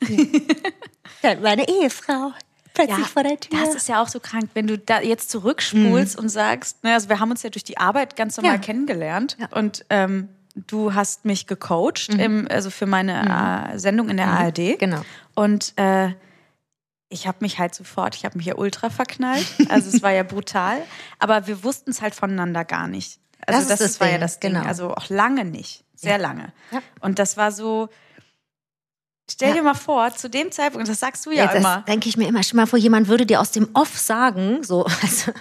[SPEAKER 1] dann meine Ehefrau. plötzlich vor der Tür. Mhm.
[SPEAKER 3] Das ist ja auch so krank, wenn du da jetzt zurückspulst und sagst, ne, also wir haben uns ja durch die Arbeit ganz normal
[SPEAKER 1] Ja.
[SPEAKER 3] kennengelernt
[SPEAKER 1] Ja. Mhm.
[SPEAKER 3] und ähm, du hast mich gecoacht, im, also für meine äh, Sendung in der ARD.
[SPEAKER 1] Genau.
[SPEAKER 3] Und äh, ich habe mich halt sofort, ich habe mich ja ultra verknallt. Also es war ja brutal, aber wir wussten es halt voneinander gar nicht. Also
[SPEAKER 1] Das
[SPEAKER 3] das,
[SPEAKER 1] ist das
[SPEAKER 3] war ja
[SPEAKER 1] Ding,
[SPEAKER 3] das Ding.
[SPEAKER 1] genau.
[SPEAKER 3] Also auch lange nicht, sehr lange.
[SPEAKER 1] Ja.
[SPEAKER 3] Und das war so. Stell
[SPEAKER 1] Ja.
[SPEAKER 3] dir mal vor, zu dem Zeitpunkt, das sagst du ja,
[SPEAKER 1] das
[SPEAKER 3] immer.
[SPEAKER 1] denke ich mir immer. Stell mal vor, jemand würde dir aus dem Off sagen, so, also,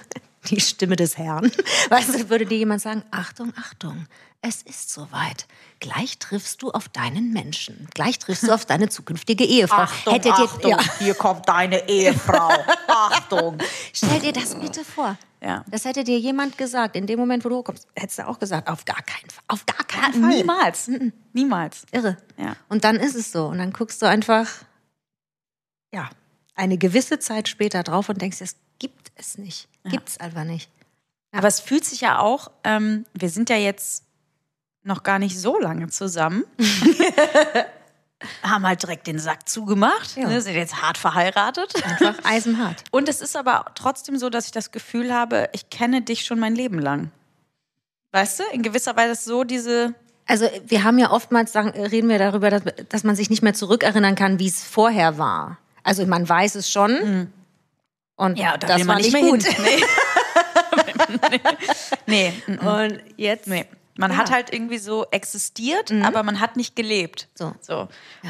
[SPEAKER 1] die Stimme des Herrn, weißt du, würde dir jemand sagen, Achtung, Achtung, es ist soweit. Gleich triffst du auf deinen Menschen. Gleich triffst du auf deine zukünftige Ehefrau. Hättet ihr, ja,
[SPEAKER 3] hier kommt deine Ehefrau. Achtung.
[SPEAKER 1] stell dir das bitte vor.
[SPEAKER 3] Ja.
[SPEAKER 1] Das hätte dir jemand gesagt, in dem Moment, wo du hochkommst, hättest du auch gesagt, auf gar keinen Fall, auf gar keinen Fall. Mhm,
[SPEAKER 3] Niemals. Niemals.
[SPEAKER 1] Irre.
[SPEAKER 3] Ja.
[SPEAKER 1] Und dann ist es so. Und dann guckst du einfach, ja, eine gewisse Zeit später drauf und denkst, das gibt es nicht. Gibt es einfach nicht.
[SPEAKER 3] Aber es fühlt sich ja auch, ähm, wir sind ja jetzt noch gar nicht so lange zusammen. Haben halt direkt den Sack zugemacht,
[SPEAKER 1] Ja.
[SPEAKER 3] ne, sind jetzt hart verheiratet.
[SPEAKER 1] Einfach eisenhart.
[SPEAKER 3] Und es ist aber trotzdem so, dass ich das Gefühl habe, ich kenne dich schon mein Leben lang. Weißt du, in gewisser Weise ist so diese.
[SPEAKER 1] Also wir haben ja oftmals, sagen, reden wir darüber, dass, dass man sich nicht mehr zurückerinnern kann, wie es vorher war. Also man weiß es schon. Und das war nicht gut.
[SPEAKER 3] hin. Nee. nee.
[SPEAKER 1] Und jetzt Mhm.
[SPEAKER 3] Nee. Man hat halt irgendwie so existiert, aber man hat nicht gelebt.
[SPEAKER 1] So.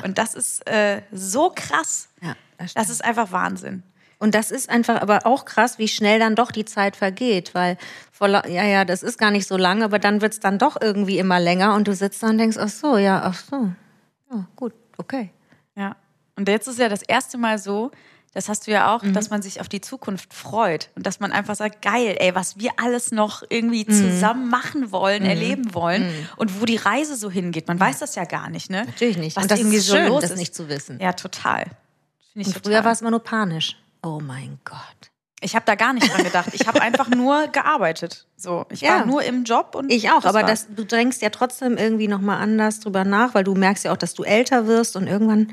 [SPEAKER 3] Und das ist äh, so krass.
[SPEAKER 1] Ja, das
[SPEAKER 3] das ist einfach Wahnsinn.
[SPEAKER 1] Und das ist einfach aber auch krass, wie schnell dann doch die Zeit vergeht, weil vor la- ja, ja, das ist gar nicht so lang, aber dann wird's dann doch irgendwie immer länger und du sitzt da und denkst, ach so, ja, ach so. Ja, gut, okay.
[SPEAKER 3] Ja. Und jetzt ist ja das erste Mal so, das hast du ja
[SPEAKER 1] Mhm.
[SPEAKER 3] auch, dass man sich auf die Zukunft freut und dass man einfach sagt, geil, ey, was wir alles noch irgendwie
[SPEAKER 1] Mhm.
[SPEAKER 3] zusammen machen wollen, erleben wollen und wo die Reise so hingeht. Man weiß das ja gar nicht, ne?
[SPEAKER 1] Natürlich nicht.
[SPEAKER 3] Was
[SPEAKER 1] und das
[SPEAKER 3] irgendwie
[SPEAKER 1] ist schön,
[SPEAKER 3] so los
[SPEAKER 1] das
[SPEAKER 3] ist.
[SPEAKER 1] nicht zu wissen.
[SPEAKER 3] Ja, total. Finde ich
[SPEAKER 1] und früher
[SPEAKER 3] total.
[SPEAKER 1] war es immer nur panisch. Oh mein Gott.
[SPEAKER 3] Ich habe da gar nicht dran gedacht. Ich habe einfach nur gearbeitet. So, ich
[SPEAKER 1] Ja.
[SPEAKER 3] war nur im Job und
[SPEAKER 1] Ich auch, aber
[SPEAKER 3] war's.
[SPEAKER 1] das, du denkst ja trotzdem irgendwie nochmal anders drüber nach, weil du merkst ja auch, dass du älter wirst und irgendwann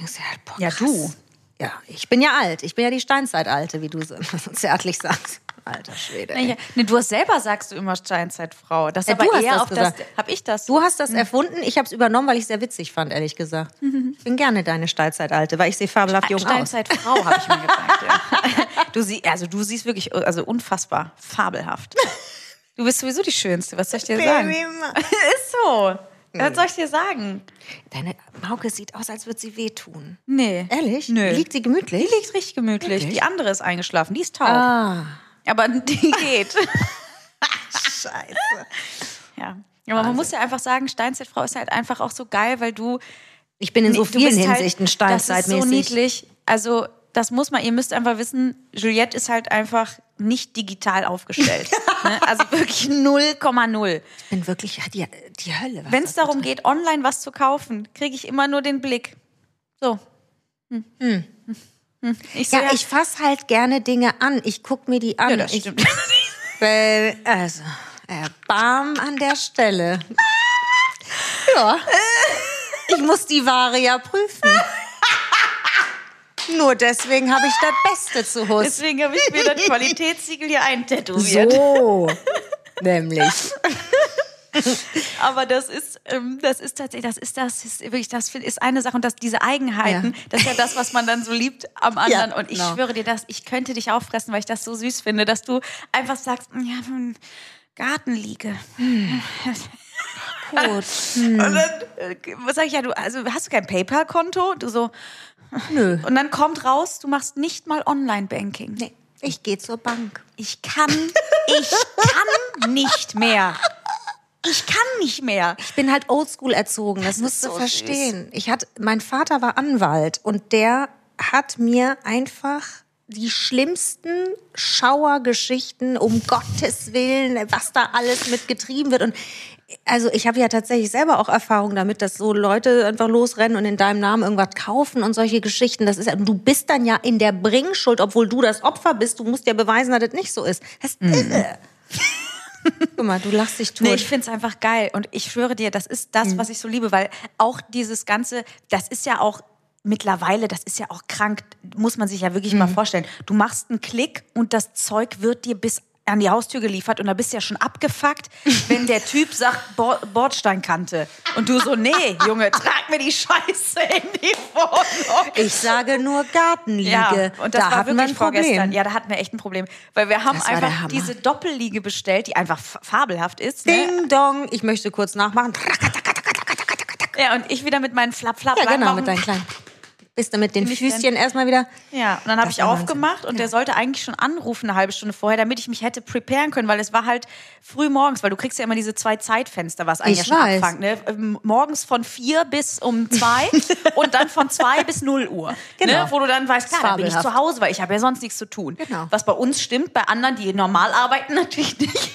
[SPEAKER 1] denkst du ja, boah,
[SPEAKER 3] Ja,
[SPEAKER 1] krass.
[SPEAKER 3] du.
[SPEAKER 1] Ja, ich bin ja alt. Ich bin ja die Steinzeitalte, wie du so zärtlich sagst. Alter Schwede. ey.
[SPEAKER 3] Nee, nee, du hast selber sagst du immer Steinzeitfrau. Das
[SPEAKER 1] Ja,
[SPEAKER 3] aber
[SPEAKER 1] du hast
[SPEAKER 3] eher
[SPEAKER 1] das
[SPEAKER 3] auf das.
[SPEAKER 1] gesagt.
[SPEAKER 3] Hab ich das?
[SPEAKER 1] Du hast das erfunden, ich habe es übernommen, weil ich es sehr witzig fand, ehrlich gesagt.
[SPEAKER 3] Mhm.
[SPEAKER 1] Ich bin gerne deine Steinzeitalte, weil ich sehe fabelhaft jung aus.
[SPEAKER 3] Äh, Steinzeitfrau habe ich mir gesagt. Ja. Du sie, also du siehst wirklich, also unfassbar, fabelhaft. Du bist sowieso die Schönste. Was soll ich dir sagen? Ist so. Was soll ich dir sagen?
[SPEAKER 1] Deine Mauke sieht aus, als würde sie wehtun.
[SPEAKER 3] Nee.
[SPEAKER 1] Ehrlich?
[SPEAKER 3] Nö.
[SPEAKER 1] Liegt sie gemütlich?
[SPEAKER 3] Die liegt richtig gemütlich.
[SPEAKER 1] Wirklich?
[SPEAKER 3] Die andere ist eingeschlafen. Die ist taub.
[SPEAKER 1] Ah,
[SPEAKER 3] Aber die geht.
[SPEAKER 1] scheiße.
[SPEAKER 3] Ja. Ja, Aber man muss ja einfach sagen, Steinzeitfrau ist halt einfach auch so geil, weil du
[SPEAKER 1] Ich bin in so
[SPEAKER 3] Nee, du
[SPEAKER 1] vielen
[SPEAKER 3] bist halt-
[SPEAKER 1] Hinsichten
[SPEAKER 3] Das ist so
[SPEAKER 1] steinzeitmäßig.
[SPEAKER 3] niedlich. Also, das muss man, ihr müsst einfach wissen, Juliette ist halt einfach nicht digital aufgestellt. ne? Also wirklich 0,0.
[SPEAKER 1] ich bin wirklich ja, die, die Hölle. was
[SPEAKER 3] Wenn es
[SPEAKER 1] das
[SPEAKER 3] darum geht, online was zu kaufen, kriege ich immer nur den Blick. So. Hm. Hm. Ich so,
[SPEAKER 1] Ja, ich fasse halt gerne Dinge an. Ich gucke mir die an.
[SPEAKER 3] ja, das
[SPEAKER 1] ich,
[SPEAKER 3] stimmt.
[SPEAKER 1] Weil, also, äh, bam an der Stelle. Ja. Ich muss die Ware ja prüfen. Nur deswegen habe ich das Beste zu Hus.
[SPEAKER 3] Deswegen habe ich mir das Qualitätssiegel hier eintätowiert.
[SPEAKER 1] So, nämlich.
[SPEAKER 3] Aber das ist, ähm, das ist tatsächlich, das ist das, ist wirklich, das find- ist eine Sache und das, diese Eigenheiten,
[SPEAKER 1] Ja.
[SPEAKER 3] das ist ja das, was man dann so liebt am anderen.
[SPEAKER 1] Ja,
[SPEAKER 3] und ich
[SPEAKER 1] genau.
[SPEAKER 3] schwöre dir das, ich könnte dich auffressen, weil ich das so süß finde, dass du einfach sagst, ja, hm, Gartenliege.
[SPEAKER 1] Hm. Gut. hm.
[SPEAKER 3] Und dann äh, was sag ich ja, du, also hast du kein PayPal-Konto? Du so,
[SPEAKER 1] Nö.
[SPEAKER 3] und dann kommt raus, du machst nicht mal Online-Banking.
[SPEAKER 1] Nee, ich gehe zur Bank.
[SPEAKER 3] Ich kann, ich kann nicht mehr. Ich kann nicht mehr.
[SPEAKER 1] Ich bin halt oldschool erzogen, das, musst du
[SPEAKER 3] so
[SPEAKER 1] verstehen. Ich hatte, mein Vater war Anwalt und der hat mir einfach die schlimmsten Schauergeschichten um Gottes Willen, was da alles mitgetrieben wird und also ich habe ja tatsächlich selber auch Erfahrung damit, dass so Leute einfach losrennen und in deinem Namen irgendwas kaufen und solche Geschichten. Das ist ja, du bist dann ja in der Bringschuld, obwohl du das Opfer bist. Du musst ja beweisen, dass das nicht so ist. Das ist irre. Guck mal, du lachst dich tot.
[SPEAKER 3] Mhm. Nee, ich finde es einfach geil. Und ich schwöre dir, das ist das, was ich so liebe, weil auch dieses Ganze, das ist ja auch mittlerweile, das ist ja auch krank, muss man sich ja wirklich mal vorstellen. Du machst einen Klick und das Zeug wird dir bis an die Haustür geliefert und da bist du ja schon abgefuckt, wenn der Typ sagt Bo Bordsteinkante und du so, nee, Junge, trag mir die Scheiße in die Wohnung.
[SPEAKER 1] Ich sage nur Gartenliege.
[SPEAKER 3] und das
[SPEAKER 1] da
[SPEAKER 3] war
[SPEAKER 1] hatten wir
[SPEAKER 3] wirklich
[SPEAKER 1] ein Problem.
[SPEAKER 3] vorgestern. Ja, da hatten wir echt ein Problem, weil wir haben
[SPEAKER 1] Das war der
[SPEAKER 3] einfach
[SPEAKER 1] Hammer.
[SPEAKER 3] diese Doppelliege bestellt, die einfach f- fabelhaft ist. Ne?
[SPEAKER 1] Ding dong, ich möchte kurz nachmachen.
[SPEAKER 3] Ja, und ich wieder mit meinen Flap Flap
[SPEAKER 1] Ja, genau, mit deinen kleinen. Bist du mit den
[SPEAKER 3] Nämlich dann-
[SPEAKER 1] Füßchen erstmal wieder.
[SPEAKER 3] Ja, und dann habe
[SPEAKER 1] Das
[SPEAKER 3] ich
[SPEAKER 1] war Wahnsinn.
[SPEAKER 3] aufgemacht und der sollte eigentlich schon anrufen eine halbe Stunde vorher, damit ich mich hätte preparen können, weil es war halt früh morgens, weil du kriegst ja immer diese zwei Zeitfenster, was eigentlich
[SPEAKER 1] Ich
[SPEAKER 3] schon
[SPEAKER 1] weiß.
[SPEAKER 3] abfangt, ne? Ähm, Morgens von vier bis um zwei und dann von zwei bis null Uhr.
[SPEAKER 1] Genau.
[SPEAKER 3] Ne? Wo du dann weißt, klar, dann bin ich zu
[SPEAKER 1] Fabelhaft.
[SPEAKER 3] Hause, weil ich habe ja sonst nichts zu tun.
[SPEAKER 1] Genau.
[SPEAKER 3] Was bei uns stimmt, bei anderen, die normal arbeiten, natürlich nicht.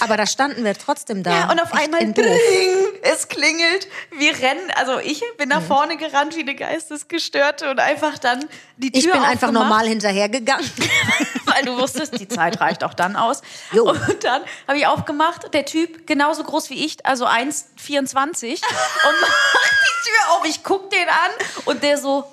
[SPEAKER 1] Aber da standen wir trotzdem da.
[SPEAKER 3] Ja, und auf
[SPEAKER 1] Echt
[SPEAKER 3] einmal
[SPEAKER 1] in doof.
[SPEAKER 3] dring, es klingelt. Wir rennen, also ich bin nach vorne gerannt wie eine Geistesgestörte und einfach dann die Tür
[SPEAKER 1] Ich bin einfach
[SPEAKER 3] aufgemacht.
[SPEAKER 1] normal hinterhergegangen.
[SPEAKER 3] weil du wusstest, die Zeit reicht auch dann aus.
[SPEAKER 1] Jo.
[SPEAKER 3] Und dann habe ich aufgemacht, der Typ genauso groß wie ich, also 1,24 und macht die Tür auf. Ich guck den an und der so,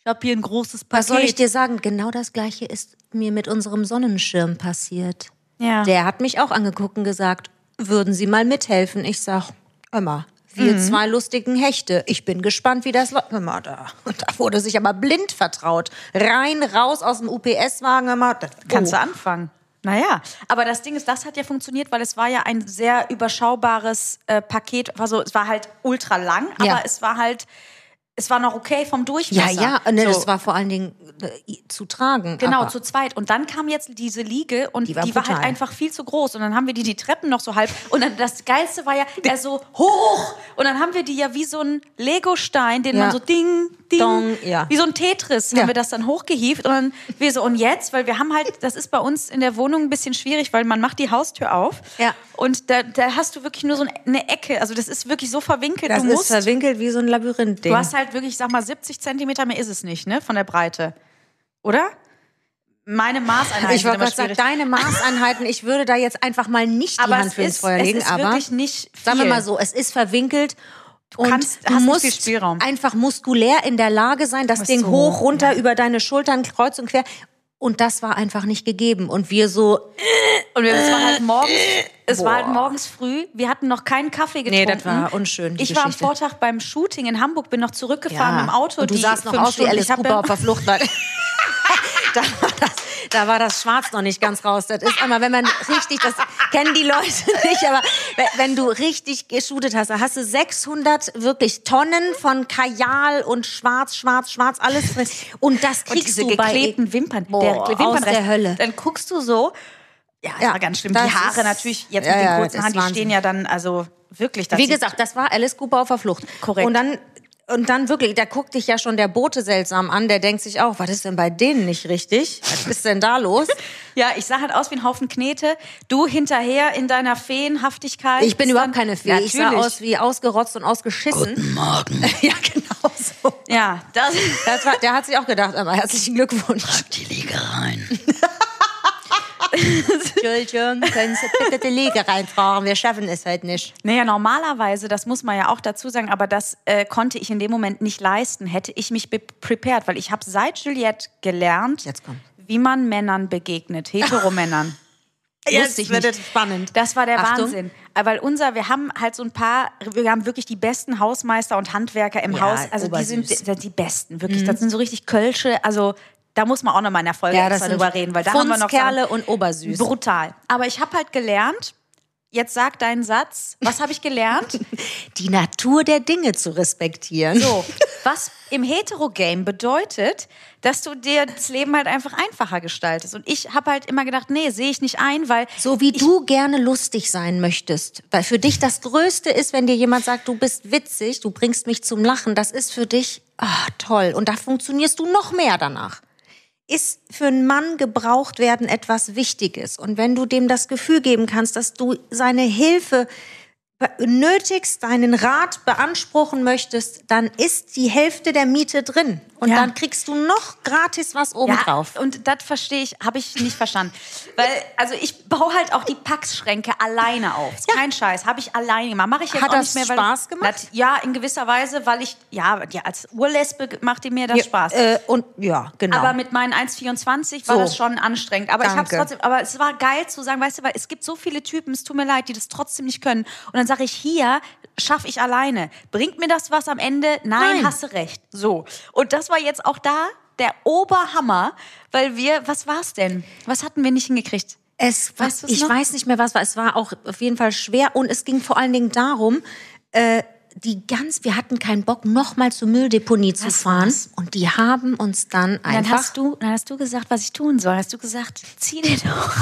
[SPEAKER 3] ich habe hier ein großes Paket.
[SPEAKER 1] Was soll ich dir sagen? Genau das Gleiche ist mir mit unserem Sonnenschirm passiert.
[SPEAKER 3] Ja.
[SPEAKER 1] Der hat mich auch angeguckt und gesagt, würden Sie mal mithelfen? Ich sag, immer.
[SPEAKER 3] Mhm.
[SPEAKER 1] Wir zwei lustigen Hechte. Ich bin gespannt, wie das läuft. Immer da. Und da wurde sich aber blind vertraut. Rein, raus aus dem UPS-Wagen. Immer. Das-
[SPEAKER 3] Kannst
[SPEAKER 1] oh.
[SPEAKER 3] du anfangen. Naja, aber das Ding ist, das hat ja funktioniert, weil es war ja ein sehr überschaubares äh, Paket. Also es war halt ultra lang, aber
[SPEAKER 1] Ja.
[SPEAKER 3] es war halt, es war noch okay vom
[SPEAKER 1] Ja,
[SPEAKER 3] Durchmesser.
[SPEAKER 1] ja. Ne,
[SPEAKER 3] So.
[SPEAKER 1] Das war vor allen Dingen äh, zu tragen.
[SPEAKER 3] Genau,
[SPEAKER 1] aber.
[SPEAKER 3] zu zweit. Und dann kam jetzt diese Liege und die
[SPEAKER 1] Die
[SPEAKER 3] war,
[SPEAKER 1] war
[SPEAKER 3] halt
[SPEAKER 1] brutal.
[SPEAKER 3] einfach viel zu groß. Und dann haben wir die die Treppen noch so halb. Und dann das Geilste war ja, er so hoch. Und dann haben wir die ja wie so ein Legostein, den
[SPEAKER 1] Ja.
[SPEAKER 3] man so ding, ding,
[SPEAKER 1] Dong, ja.
[SPEAKER 3] wie so ein Tetris, haben
[SPEAKER 1] Ja.
[SPEAKER 3] wir das dann hochgehievt. Und dann wir so, und jetzt? Weil wir haben halt, das ist bei uns in der Wohnung ein bisschen schwierig, weil man macht die Haustür auf.
[SPEAKER 1] Ja.
[SPEAKER 3] Und da, da hast du wirklich nur so eine Ecke. Also das ist wirklich so verwinkelt.
[SPEAKER 1] das
[SPEAKER 3] du
[SPEAKER 1] ist
[SPEAKER 3] musst,
[SPEAKER 1] verwinkelt wie so ein Labyrinth-Ding.
[SPEAKER 3] Du hast halt wirklich, sag mal, 70 Zentimeter mehr ist es nicht, ne? Von der Breite. Oder? Meine Maßeinheit
[SPEAKER 1] ich wollte gerade sagen, deine Maßeinheiten, ich würde da jetzt einfach mal nicht die
[SPEAKER 3] aber
[SPEAKER 1] Hand
[SPEAKER 3] es
[SPEAKER 1] für ins
[SPEAKER 3] ist,
[SPEAKER 1] Feuer legen,
[SPEAKER 3] es ist
[SPEAKER 1] aber
[SPEAKER 3] wirklich nicht viel.
[SPEAKER 1] sagen wir mal so, es ist verwinkelt. Du und
[SPEAKER 3] kannst-
[SPEAKER 1] du
[SPEAKER 3] hast nicht
[SPEAKER 1] musst
[SPEAKER 3] viel Spielraum.
[SPEAKER 1] einfach muskulär in der Lage sein, das
[SPEAKER 3] Musst
[SPEAKER 1] Ding
[SPEAKER 3] so,
[SPEAKER 1] hoch, runter, über deine Schultern, kreuz und quer. Und das war einfach nicht gegeben. Und wir so,
[SPEAKER 3] Und wir- es war halt morgens, es war halt
[SPEAKER 1] Boah.
[SPEAKER 3] morgens früh. Wir hatten noch keinen Kaffee getrunken.
[SPEAKER 1] das war unschön, die
[SPEAKER 3] Ich war am
[SPEAKER 1] Geschichte.
[SPEAKER 3] Vortag beim Shooting in Hamburg, bin noch zurückgefahren im Auto.
[SPEAKER 1] Und du
[SPEAKER 3] die
[SPEAKER 1] sahst noch
[SPEAKER 3] fünf
[SPEAKER 1] aus wie
[SPEAKER 3] Stunden.
[SPEAKER 1] Alice
[SPEAKER 3] Ich hab
[SPEAKER 1] Cooper
[SPEAKER 3] ja-
[SPEAKER 1] auf der Flucht, weil da, war das, da war das Schwarz noch nicht ganz raus. Das ist einmal, wenn man richtig, das kennen die Leute nicht, aber we- wenn du richtig geschudet hast, da hast du 600 wirklich Tonnen von Kajal und Schwarz, Schwarz, Schwarz, alles drin. Und das
[SPEAKER 3] und
[SPEAKER 1] kriegst
[SPEAKER 3] diese
[SPEAKER 1] du bei
[SPEAKER 3] geklebten Wimpern.
[SPEAKER 1] Boah,
[SPEAKER 3] der Wimpernrest.
[SPEAKER 1] aus der Hölle.
[SPEAKER 3] Dann guckst du so. Ja, das
[SPEAKER 1] Ja,
[SPEAKER 3] war ganz schlimm. Die
[SPEAKER 1] das
[SPEAKER 3] Haare
[SPEAKER 1] ist-
[SPEAKER 3] natürlich, jetzt
[SPEAKER 1] Ja,
[SPEAKER 3] mit den
[SPEAKER 1] ja,
[SPEAKER 3] kurzen
[SPEAKER 1] das
[SPEAKER 3] Haaren,
[SPEAKER 1] ist
[SPEAKER 3] die stehen
[SPEAKER 1] Wahnsinn.
[SPEAKER 3] ja dann, also wirklich. das
[SPEAKER 1] Wie
[SPEAKER 3] sieht-
[SPEAKER 1] gesagt, das war Alice Cooper auf der Flucht.
[SPEAKER 3] Korrekt.
[SPEAKER 1] Und dann, und dann wirklich, da guckt dich ja schon der Bote seltsam an, der denkt sich auch, was ist denn bei denen nicht richtig? Was ist denn da los?
[SPEAKER 3] Ja, ich sah halt aus wie ein Haufen Knete. Du hinterher in deiner Feenhaftigkeit.
[SPEAKER 1] Ich bin überhaupt keine Fee.
[SPEAKER 3] Natürlich.
[SPEAKER 1] Ich sah aus wie ausgerotzt und ausgeschissen. Guten Morgen. Ja, genau so.
[SPEAKER 3] Ja, das.
[SPEAKER 1] Das war, der hat sich auch gedacht, aber herzlichen Glückwunsch. Schreib die Liege rein. Entschuldigung, können Sie bitte die Liege reintragen? Wir schaffen es heute nicht.
[SPEAKER 3] Naja, normalerweise, das muss man ja auch dazu sagen, aber das äh, konnte ich in dem Moment nicht leisten, hätte ich mich be- prepared, weil ich habe seit Juliette gelernt,
[SPEAKER 1] Jetzt kommt.
[SPEAKER 3] wie man Männern begegnet, Heteromännern.
[SPEAKER 1] Jetzt wird es spannend.
[SPEAKER 3] Das war der
[SPEAKER 1] Achtung.
[SPEAKER 3] Wahnsinn. Äh, Weil unser, wir haben halt so ein paar, wir haben wirklich die besten Hausmeister und Handwerker im
[SPEAKER 1] Ja,
[SPEAKER 3] Haus. Also die
[SPEAKER 1] obersüß.
[SPEAKER 3] sind,
[SPEAKER 1] Mhm.
[SPEAKER 3] die, sind die besten, wirklich. Das sind so richtig Kölsche, also da muss man auch nochmal in der Folge
[SPEAKER 1] Ja, das
[SPEAKER 3] extra
[SPEAKER 1] sind
[SPEAKER 3] drüber reden, weil da haben wir noch Sachen-
[SPEAKER 1] Kerle und Obersüß.
[SPEAKER 3] Brutal. Aber ich habe halt gelernt, jetzt sag deinen Satz. Was habe ich gelernt?
[SPEAKER 1] Die Natur der Dinge zu respektieren.
[SPEAKER 3] So, was im Hetero-Game bedeutet, dass du dir das Leben halt einfach einfacher gestaltest. Und ich habe halt immer gedacht, nee, sehe ich nicht ein, weil
[SPEAKER 1] So wie du gerne lustig sein möchtest. Weil für dich das Größte ist, wenn dir jemand sagt, du bist witzig, du bringst mich zum Lachen. Das ist für dich ah, toll. Und da funktionierst du noch mehr danach. Ist für einen Mann gebraucht werden etwas Wichtiges. Und wenn du dem das Gefühl geben kannst, dass du seine Hilfe be- nötigst deinen Rat beanspruchen möchtest, dann ist die Hälfte der Miete drin. Und
[SPEAKER 3] Ja.
[SPEAKER 1] dann kriegst du noch gratis was obendrauf.
[SPEAKER 3] und das verstehe ich, habe ich nicht verstanden. Weil, also ich baue halt auch die Packschränke alleine auf. Ist Kein Scheiß, habe ich alleine gemacht. Mache ich jetzt
[SPEAKER 1] Hat
[SPEAKER 3] auch
[SPEAKER 1] das
[SPEAKER 3] nicht mehr. Weil
[SPEAKER 1] Spaß gemacht?
[SPEAKER 3] Nat- ja, in gewisser Weise, weil ich, ja, ja als Urlesbe macht mir das Spaß.
[SPEAKER 1] Äh, und ja, genau.
[SPEAKER 3] Aber mit meinen 1,24 war
[SPEAKER 1] So.
[SPEAKER 3] das schon anstrengend. Aber ich hab's
[SPEAKER 1] Danke.
[SPEAKER 3] trotzdem, aber es war geil zu sagen, weißt du, weil es gibt so viele Typen, es tut mir leid, die das trotzdem nicht können. Und dann sage ich, hier schaffe ich alleine. Bringt mir das was am Ende? Nein,
[SPEAKER 1] Nein.
[SPEAKER 3] hast du recht. So. Und das war jetzt auch da der Oberhammer, weil wir, was war's denn? Was hatten wir nicht hingekriegt?
[SPEAKER 1] Es war,
[SPEAKER 3] Weißt du's
[SPEAKER 1] ich
[SPEAKER 3] noch?
[SPEAKER 1] weiß nicht mehr, was war. Es war auch auf jeden Fall schwer und es ging vor allen Dingen darum, äh, die ganz, wir hatten keinen Bock, nochmal zur Mülldeponie zu fahren und die haben uns dann
[SPEAKER 3] Dann
[SPEAKER 1] einfach.
[SPEAKER 3] hast du, dann hast du gesagt, was ich tun soll. Hast du gesagt, zieh dir doch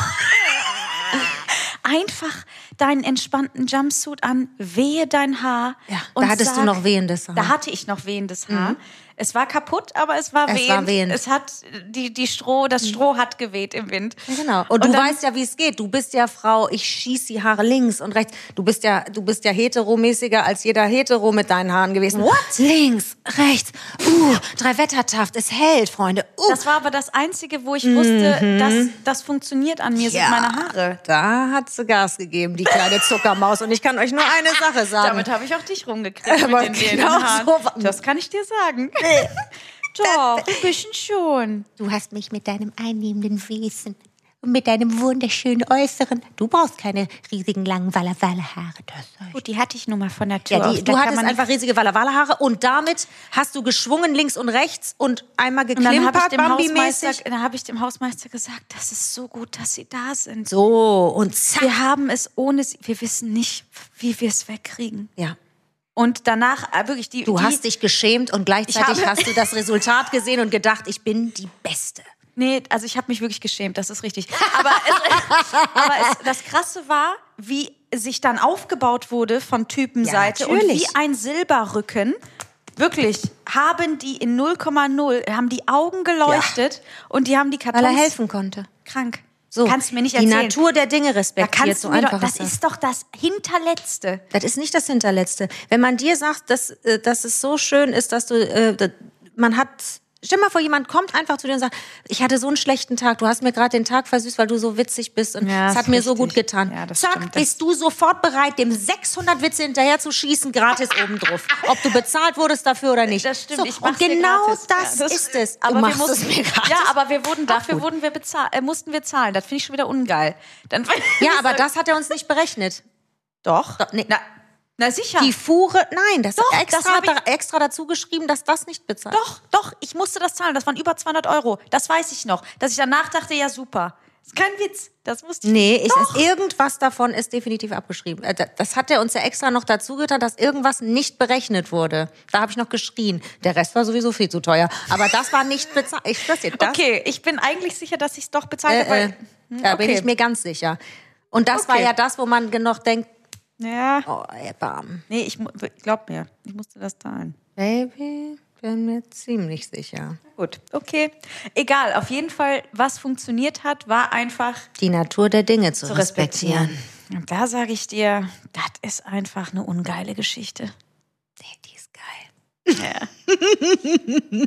[SPEAKER 3] einfach deinen entspannten Jumpsuit an, wehe dein Haar.
[SPEAKER 1] Ja, da
[SPEAKER 3] und
[SPEAKER 1] hattest du noch wehendes Haar.
[SPEAKER 3] Da hatte ich noch wehendes Haar. Es war kaputt, aber Mhm. es war
[SPEAKER 1] Es
[SPEAKER 3] wehend. Mhm.
[SPEAKER 1] war wehend.
[SPEAKER 3] Es hat die, die Stroh, das Stroh hat geweht im Wind.
[SPEAKER 1] Ja, genau. Und, du
[SPEAKER 3] dann-
[SPEAKER 1] weißt ja, wie es geht. Du bist ja Frau, ich schieß die Haare links und rechts. Du bist ja, du bist ja heteromäßiger als jeder Hetero mit deinen Haaren gewesen. What? Links, rechts. Uh, drei Wettertaft, es hält, Freunde. Uh.
[SPEAKER 3] Das war aber das Einzige, wo ich wusste, dass das funktioniert an mir, sind meine Haare.
[SPEAKER 1] Da hat sie Gas gegeben, die kleine Zuckermaus. Und ich kann euch nur eine Sache sagen.
[SPEAKER 3] Damit habe ich auch dich rumgekriegt
[SPEAKER 1] Aber
[SPEAKER 3] mit den wehenden
[SPEAKER 1] genau
[SPEAKER 3] Haaren.
[SPEAKER 1] so wa-
[SPEAKER 3] das kann ich dir sagen. Doch, ein bisschen schon.
[SPEAKER 1] Du hast mich mit deinem einnehmenden Wesen und mit deinem wunderschönen Äußeren. Du brauchst keine riesigen langen Walla-Walla-Haare. das soll-
[SPEAKER 3] Gut, die hatte ich nur mal von der Tür.
[SPEAKER 1] Ja, die, du
[SPEAKER 3] aus. Da kann
[SPEAKER 1] hattest
[SPEAKER 3] man
[SPEAKER 1] einfach riesige Walla-Walla-Haare und damit hast du geschwungen links und rechts und einmal
[SPEAKER 3] und dann habe ich,
[SPEAKER 1] geklimpert,
[SPEAKER 3] dem Hausmeister-
[SPEAKER 1] Bambi-mäßig.
[SPEAKER 3] dann hab ich dem Hausmeister gesagt, das ist so gut, dass sie da sind.
[SPEAKER 1] So, und zack.
[SPEAKER 3] Wir haben es ohne sie, wir wissen nicht, wie wir es wegkriegen.
[SPEAKER 1] Ja.
[SPEAKER 3] Und danach äh, wirklich die.
[SPEAKER 1] Du
[SPEAKER 3] die,
[SPEAKER 1] hast dich geschämt und gleichzeitig
[SPEAKER 3] habe-
[SPEAKER 1] hast du das Resultat gesehen und gedacht, ich bin die Beste.
[SPEAKER 3] Nee, also ich habe mich wirklich geschämt, das ist richtig. Aber, es, aber es, das Krasse war, wie sich dann aufgebaut wurde von Typenseite und wie
[SPEAKER 1] natürlich.
[SPEAKER 3] ein Silberrücken. Wirklich, haben die in 0,0, haben die Augen geleuchtet und die haben die
[SPEAKER 1] Weil er
[SPEAKER 3] Kartons
[SPEAKER 1] helfen konnte.
[SPEAKER 3] krank.
[SPEAKER 1] So,
[SPEAKER 3] kannst du mir nicht
[SPEAKER 1] die
[SPEAKER 3] erzählen.
[SPEAKER 1] Natur der Dinge
[SPEAKER 3] da
[SPEAKER 1] respektiert.
[SPEAKER 3] kannst
[SPEAKER 1] so
[SPEAKER 3] du mir
[SPEAKER 1] einfach
[SPEAKER 3] doch, das ist doch das hinterletzte.
[SPEAKER 1] Das ist nicht das Hinterletzte. Wenn man dir sagt, dass, äh, dass es so schön ist, dass du, äh, da- man hat, stell mal vor, jemand kommt einfach zu dir und sagt, ich hatte so einen schlechten Tag, du hast mir gerade den Tag versüßt, weil du so witzig bist und
[SPEAKER 3] Ja,
[SPEAKER 1] es
[SPEAKER 3] ist
[SPEAKER 1] hat mir so
[SPEAKER 3] richtig.
[SPEAKER 1] gut getan.
[SPEAKER 3] Ja, das
[SPEAKER 1] Zack,
[SPEAKER 3] stimmt. Das-
[SPEAKER 1] bist du sofort bereit, dem 600 Witze hinterher zu schießen, gratis obendrauf. Ob du bezahlt wurdest dafür oder nicht.
[SPEAKER 3] Das stimmt.
[SPEAKER 1] So,
[SPEAKER 3] ich
[SPEAKER 1] und
[SPEAKER 3] mach's dir
[SPEAKER 1] genau
[SPEAKER 3] gratis.
[SPEAKER 1] das,
[SPEAKER 3] Ja,
[SPEAKER 1] ist es. Du
[SPEAKER 3] Aber wir
[SPEAKER 1] machst
[SPEAKER 3] mussten,
[SPEAKER 1] es mir gratis.
[SPEAKER 3] Ja, aber wir wurden dafür wurden wir bezahl, äh, mussten wir zahlen. Das finde ich schon wieder ungeil. Dann,
[SPEAKER 1] ja, aber das hat er uns nicht berechnet.
[SPEAKER 3] doch.
[SPEAKER 1] nee.
[SPEAKER 3] Na, na sicher.
[SPEAKER 1] Die Fuhre, nein, das
[SPEAKER 3] Doch,
[SPEAKER 1] ist extra,
[SPEAKER 3] das hab ich-
[SPEAKER 1] da, extra dazu geschrieben, dass das nicht bezahlt.
[SPEAKER 3] doch, doch. Ich musste das zahlen. Das waren über 200 Euro. Das weiß ich noch. Dass ich danach dachte, ja super. Ist kein Witz. Das musste ich.
[SPEAKER 1] Nee, ich, irgendwas davon ist definitiv abgeschrieben. Äh, da- Das hat er uns ja extra noch dazu getan, dass irgendwas nicht berechnet wurde. Da habe ich noch geschrien. Der Rest war sowieso viel zu teuer. Aber das war nicht bezahlt. Ich das jetzt das.
[SPEAKER 3] Okay, ich bin eigentlich sicher, dass ich es doch bezahlt habe.
[SPEAKER 1] Äh, äh,
[SPEAKER 3] weil- Hm,
[SPEAKER 1] da bin
[SPEAKER 3] okay.
[SPEAKER 1] ich mir ganz sicher. Und das war
[SPEAKER 3] Okay.
[SPEAKER 1] ja das, wo man genau denkt,
[SPEAKER 3] Ja.
[SPEAKER 1] oh, erbarm.
[SPEAKER 3] Nee, ich mu- glaub mir, ich musste das zahlen.
[SPEAKER 1] Baby, bin mir ziemlich sicher.
[SPEAKER 3] Gut, okay. Egal, auf jeden Fall, was funktioniert hat, war einfach
[SPEAKER 1] Die Natur der Dinge zu,
[SPEAKER 3] zu
[SPEAKER 1] respektieren.
[SPEAKER 3] respektieren. Und da sage ich dir, das ist einfach eine ungeile Geschichte.
[SPEAKER 1] Nee, die ist geil.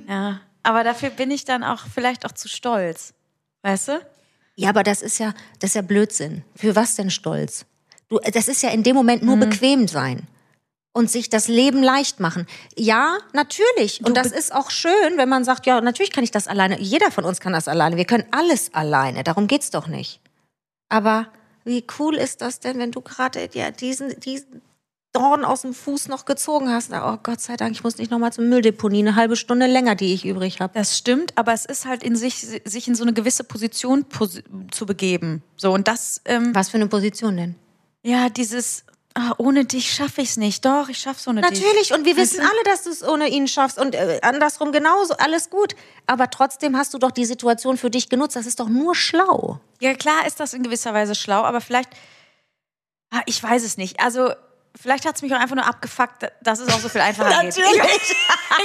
[SPEAKER 3] Ja. Aber dafür bin ich dann auch vielleicht auch zu stolz. Weißt du?
[SPEAKER 1] Ja, aber das ist ja, das ist ja Blödsinn. Für was denn stolz? Du, das ist ja in dem Moment nur bequem sein und sich das Leben leicht machen. Ja, natürlich. Und das ist auch schön, wenn man sagt, ja, natürlich kann ich das alleine. Jeder von uns kann das alleine. Wir können alles alleine. Darum geht's doch nicht. Aber wie cool ist das denn, wenn du gerade ja, diesen, diesen Dorn aus dem Fuß noch gezogen hast? Na, Oh Gott sei Dank, ich muss nicht nochmal zur Mülldeponie. Eine halbe Stunde länger, die ich übrig habe.
[SPEAKER 3] Das stimmt, aber es ist halt in sich, sich in so eine gewisse Position posi zu begeben. So, und das, ähm,
[SPEAKER 1] Was für eine Position denn?
[SPEAKER 3] ja, dieses, ah, ohne dich schaffe ich es nicht. Doch, ich schaff's ohne dich.
[SPEAKER 1] Natürlich, und wir wissen alle, dass du es ohne ihn schaffst und äh, andersrum genauso, alles gut. Aber trotzdem hast du doch die Situation für dich genutzt. Das ist doch nur schlau.
[SPEAKER 3] Ja, klar ist das in gewisser Weise schlau, aber vielleicht, ah, ich weiß es nicht. Also vielleicht hat es mich auch einfach nur abgefuckt, dass es auch so viel einfacher geht.
[SPEAKER 1] Natürlich.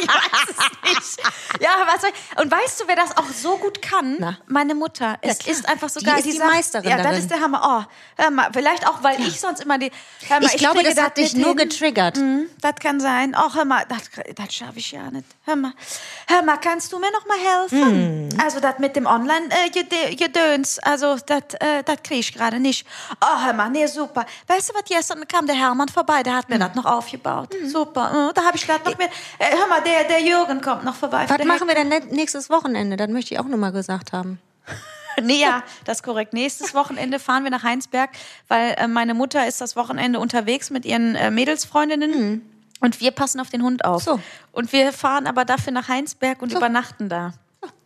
[SPEAKER 3] Ich weiß es nicht. Ja, was soll ich? Und weißt du, wer das auch so gut kann?
[SPEAKER 1] Na?
[SPEAKER 3] Meine Mutter. Es
[SPEAKER 1] klar.
[SPEAKER 3] ist einfach so
[SPEAKER 1] Die
[SPEAKER 3] geil.
[SPEAKER 1] ist die
[SPEAKER 3] sagt-
[SPEAKER 1] Meisterin
[SPEAKER 3] Ja,
[SPEAKER 1] darin.
[SPEAKER 3] das ist der Hammer. Oh, hör mal, vielleicht auch, weil ich sonst immer die. Hör mal,
[SPEAKER 1] Ich glaube,
[SPEAKER 3] kriege
[SPEAKER 1] das hat dich
[SPEAKER 3] nicht
[SPEAKER 1] nur
[SPEAKER 3] hin.
[SPEAKER 1] getriggert.
[SPEAKER 3] Mhm, Das kann sein. Oh, hör mal, das, das schaffe ich ja nicht. Hör mal, hör mal, kannst du mir noch mal helfen?
[SPEAKER 1] Hm.
[SPEAKER 3] Also das mit dem Online-Gedöns, also das äh, das kriege ich gerade nicht. Oh, hör mal, nee, super. Weißt du was, gestern kam der Hermann vorbei, der
[SPEAKER 1] Hm.
[SPEAKER 3] hat mir das noch aufgebaut. Super, Mhm, da habe ich das noch mit. Äh, hör mal, der, der Jürgen kommt noch vorbei.
[SPEAKER 1] Was
[SPEAKER 3] Der
[SPEAKER 1] machen wir denn net- nächstes Wochenende? Das möchte ich auch nur mal gesagt haben.
[SPEAKER 3] Nee, ja, das ist korrekt. Nächstes Wochenende fahren wir nach Heinsberg, weil äh, meine Mutter ist das Wochenende unterwegs mit ihren äh, Mädelsfreundinnen. Und wir passen auf den Hund auf.
[SPEAKER 1] Mhm. So.
[SPEAKER 3] Und wir fahren aber dafür nach Heinsberg und übernachten da.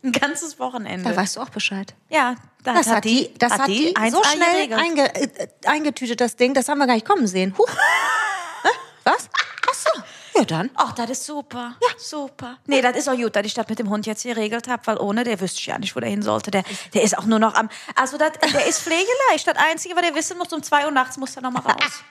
[SPEAKER 3] Ein ganzes Wochenende.
[SPEAKER 1] Da weißt du auch Bescheid.
[SPEAKER 3] ja, da-
[SPEAKER 1] Das hat die, das hat die, so
[SPEAKER 3] 1A
[SPEAKER 1] schnell
[SPEAKER 3] geregelt.
[SPEAKER 1] einge, äh, eingetütet, das Ding. Das haben wir gar nicht kommen sehen. Huch. Hä? Was? Ach so. Ja, dann.
[SPEAKER 3] Ach, das ist super. Ja. Super. Nee, das ist auch gut, dass ich das mit dem Hund jetzt geregelt habe, weil ohne, der wüsste ich ja nicht, wo der hin sollte. Der, der ist auch nur noch am. Also, das, der ist pflegeleicht. Das Einzige, was der wissen muss, um 2 Uhr nachts muss er nochmal raus.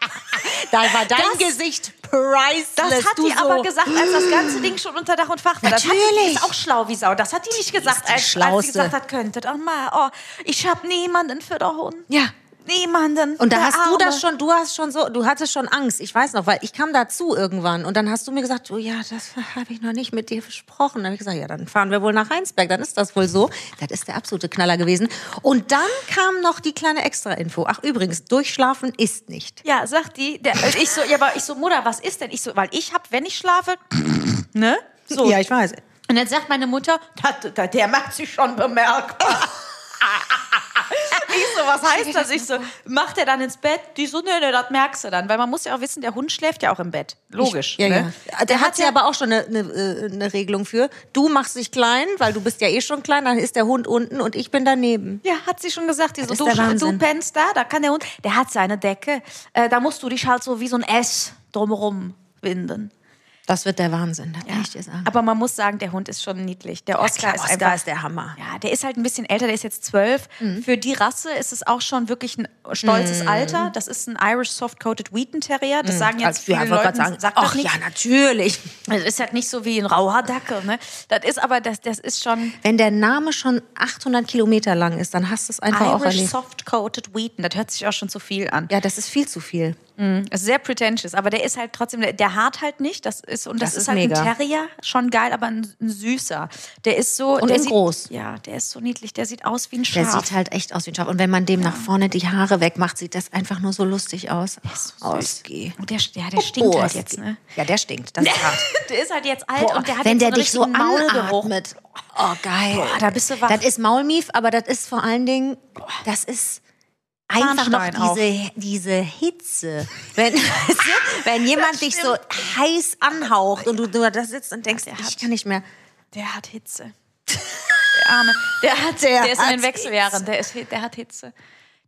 [SPEAKER 1] Da war dein
[SPEAKER 3] Das-
[SPEAKER 1] Gesicht priceless.
[SPEAKER 3] Das hat
[SPEAKER 1] du
[SPEAKER 3] die aber
[SPEAKER 1] so.
[SPEAKER 3] gesagt, als das ganze Ding schon unter Dach und Fach war. Das hat die,
[SPEAKER 1] Natürlich.
[SPEAKER 3] ist auch schlau wie Sau. Das hat die nicht gesagt,
[SPEAKER 1] ist die
[SPEAKER 3] als, als
[SPEAKER 1] Schlauste.
[SPEAKER 3] sie gesagt hat, könntet. Oh, ma, oh, ich habe niemanden für den Hund.
[SPEAKER 1] Ja.
[SPEAKER 3] Niemanden.
[SPEAKER 1] Und da
[SPEAKER 3] Der
[SPEAKER 1] hast du
[SPEAKER 3] Arme.
[SPEAKER 1] das schon, du hast schon so, du hattest schon Angst, ich weiß noch, weil ich kam dazu irgendwann und dann hast du mir gesagt, oh ja, das habe ich noch nicht mit dir versprochen. Dann habe ich gesagt, ja, dann fahren wir wohl nach Heinsberg, dann ist das wohl so. Das ist der absolute Knaller gewesen. Und dann kam noch die kleine Extra-Info. Ach übrigens, durchschlafen ist nicht.
[SPEAKER 3] Ja, sagt die. Der, und ich so, ja, aber ich so, Mutter, was ist denn? Ich so, weil ich hab, wenn ich schlafe, ne? So.
[SPEAKER 1] ich weiß.
[SPEAKER 3] Und dann sagt meine Mutter, da, da, der macht sich schon bemerkbar. Ich so, was heißt das? Ich so, macht er dann ins Bett? Die so, nee, nee, das merkst du dann. Weil man muss ja auch wissen, der Hund schläft ja auch im Bett. Logisch.
[SPEAKER 1] Ja,
[SPEAKER 3] ne?
[SPEAKER 1] ja. Der hat ja aber auch schon eine, eine, äh, eine Regelung für. Du machst dich klein, weil du bist ja eh schon klein, dann ist der Hund unten und ich bin daneben.
[SPEAKER 3] Ja, hat sie schon gesagt. Die so,
[SPEAKER 1] ist der
[SPEAKER 3] du, du
[SPEAKER 1] Wahnsinn.
[SPEAKER 3] pennst da, da kann der Hund. Der hat seine Decke. Äh, da musst du dich halt so wie so ein S drumherum winden.
[SPEAKER 1] Das wird der Wahnsinn, da kann ich dir sagen.
[SPEAKER 3] Aber man muss sagen, der Hund ist schon niedlich. Der Oscar,
[SPEAKER 1] klar,
[SPEAKER 3] ist
[SPEAKER 1] Oscar
[SPEAKER 3] einfach.
[SPEAKER 1] ist der Mhm. Hammer.
[SPEAKER 3] Ja, der ist halt ein bisschen älter, der ist jetzt zwölf. Für die Rasse ist es auch schon wirklich ein
[SPEAKER 1] Mhm.
[SPEAKER 3] stolzes Alter. Das ist ein Irish Soft-Coated Wheaten Terrier. Das sagen jetzt viele
[SPEAKER 1] Also, wollte
[SPEAKER 3] Leute.
[SPEAKER 1] grad
[SPEAKER 3] Sagt das
[SPEAKER 1] ach
[SPEAKER 3] nichts.
[SPEAKER 1] ja, natürlich.
[SPEAKER 3] Das ist halt nicht so wie ein rauer Dackel. Ne? Das ist aber, das, das ist schon
[SPEAKER 1] Wenn der Name schon 800 Kilometer lang ist, dann hast du es einfach auch
[SPEAKER 3] Irish
[SPEAKER 1] erlebt.
[SPEAKER 3] Soft-Coated Wheaten. Das hört sich auch schon zu viel an.
[SPEAKER 1] Ja, das ist viel zu viel.
[SPEAKER 3] Mhm. Ist sehr pretentious, aber der ist halt trotzdem, der, der hart halt nicht. Das ist, und das,
[SPEAKER 1] Das
[SPEAKER 3] ist,
[SPEAKER 1] ist
[SPEAKER 3] halt
[SPEAKER 1] mega.
[SPEAKER 3] ein Terrier, schon geil, aber ein, ein süßer. Der ist so.
[SPEAKER 1] Und
[SPEAKER 3] der
[SPEAKER 1] in
[SPEAKER 3] sieht,
[SPEAKER 1] groß.
[SPEAKER 3] Ja, der ist so niedlich. Der sieht aus wie ein
[SPEAKER 1] Der
[SPEAKER 3] Schaf.
[SPEAKER 1] sieht halt echt aus wie ein Schaf. Und wenn man dem nach vorne die Haare wegmacht, sieht das einfach nur so lustig aus. Oh, Der
[SPEAKER 3] ist so süß.
[SPEAKER 1] Ausgeh.
[SPEAKER 3] Und der, ja, der stinkt halt
[SPEAKER 1] Oski.
[SPEAKER 3] jetzt, ne?
[SPEAKER 1] Ja, der stinkt. Das ist hart.
[SPEAKER 3] der ist halt jetzt alt
[SPEAKER 1] Boah,
[SPEAKER 3] und der hat
[SPEAKER 1] wenn
[SPEAKER 3] jetzt
[SPEAKER 1] der
[SPEAKER 3] einen
[SPEAKER 1] dich so
[SPEAKER 3] richtigen Maulgeruch.
[SPEAKER 1] anatmet. Oh, geil.
[SPEAKER 3] Boah, da bist du wach.
[SPEAKER 1] Das ist Maulmief, aber das ist vor allen Dingen, das ist einfach noch
[SPEAKER 3] Zahnstein auch.
[SPEAKER 1] diese, diese Hitze. Wenn, weißt du, wenn jemand dich so heiß anhaucht und du nur da sitzt und denkst, ich kann nicht mehr.
[SPEAKER 3] Der hat Hitze. Der Arme. Der hat, der,
[SPEAKER 1] Der
[SPEAKER 3] ist in den
[SPEAKER 1] hat
[SPEAKER 3] Wechseljahren. Der, ist, der hat Hitze.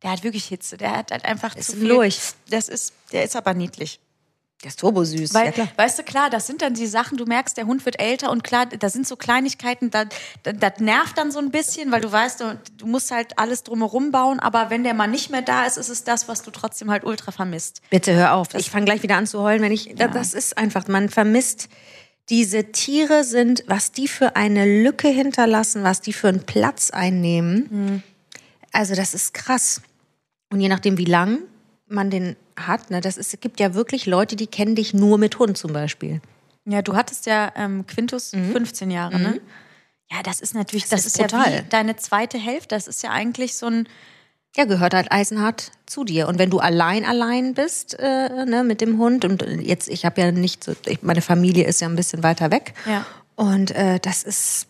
[SPEAKER 3] Der hat wirklich Hitze. Der hat halt einfach
[SPEAKER 1] Ist
[SPEAKER 3] zu
[SPEAKER 1] ein
[SPEAKER 3] viel.
[SPEAKER 1] Lurch.
[SPEAKER 3] Das ist, der ist aber niedlich.
[SPEAKER 1] Der ist turbosüß.
[SPEAKER 3] Weil,
[SPEAKER 1] ja, klar.
[SPEAKER 3] weißt du, klar, das sind dann die Sachen, du merkst, der Hund wird älter und klar, da sind so Kleinigkeiten, das, das nervt dann so ein bisschen, weil du weißt, du, du musst halt alles drumherum bauen, aber wenn der mal nicht mehr da ist, ist es das, was du trotzdem halt ultra vermisst.
[SPEAKER 1] Bitte hör auf. Ich fange gleich wieder an zu heulen, wenn ich. Da, das ist einfach, man vermisst. Diese Tiere sind, was die für eine Lücke hinterlassen, was die für einen Platz einnehmen. Also, das ist krass. Und je nachdem, wie lang man den hat, ne, das ist, es gibt ja wirklich Leute, die kennen dich nur mit Hund zum Beispiel.
[SPEAKER 3] Ja, du hattest ja ähm, Quintus 15 Jahre, ne? Ja, das ist natürlich, das,
[SPEAKER 1] Mhm. Das
[SPEAKER 3] ist,
[SPEAKER 1] ist
[SPEAKER 3] ja
[SPEAKER 1] brutal.
[SPEAKER 3] wie deine zweite Hälfte, das ist ja eigentlich so ein,
[SPEAKER 1] Ja, gehört halt Eisenhart zu dir. Und wenn du allein allein bist äh, ne, mit dem Hund und jetzt, ich habe ja nicht so, ich, meine Familie ist ja ein bisschen weiter weg.
[SPEAKER 3] Ja.
[SPEAKER 1] Und äh, das ist,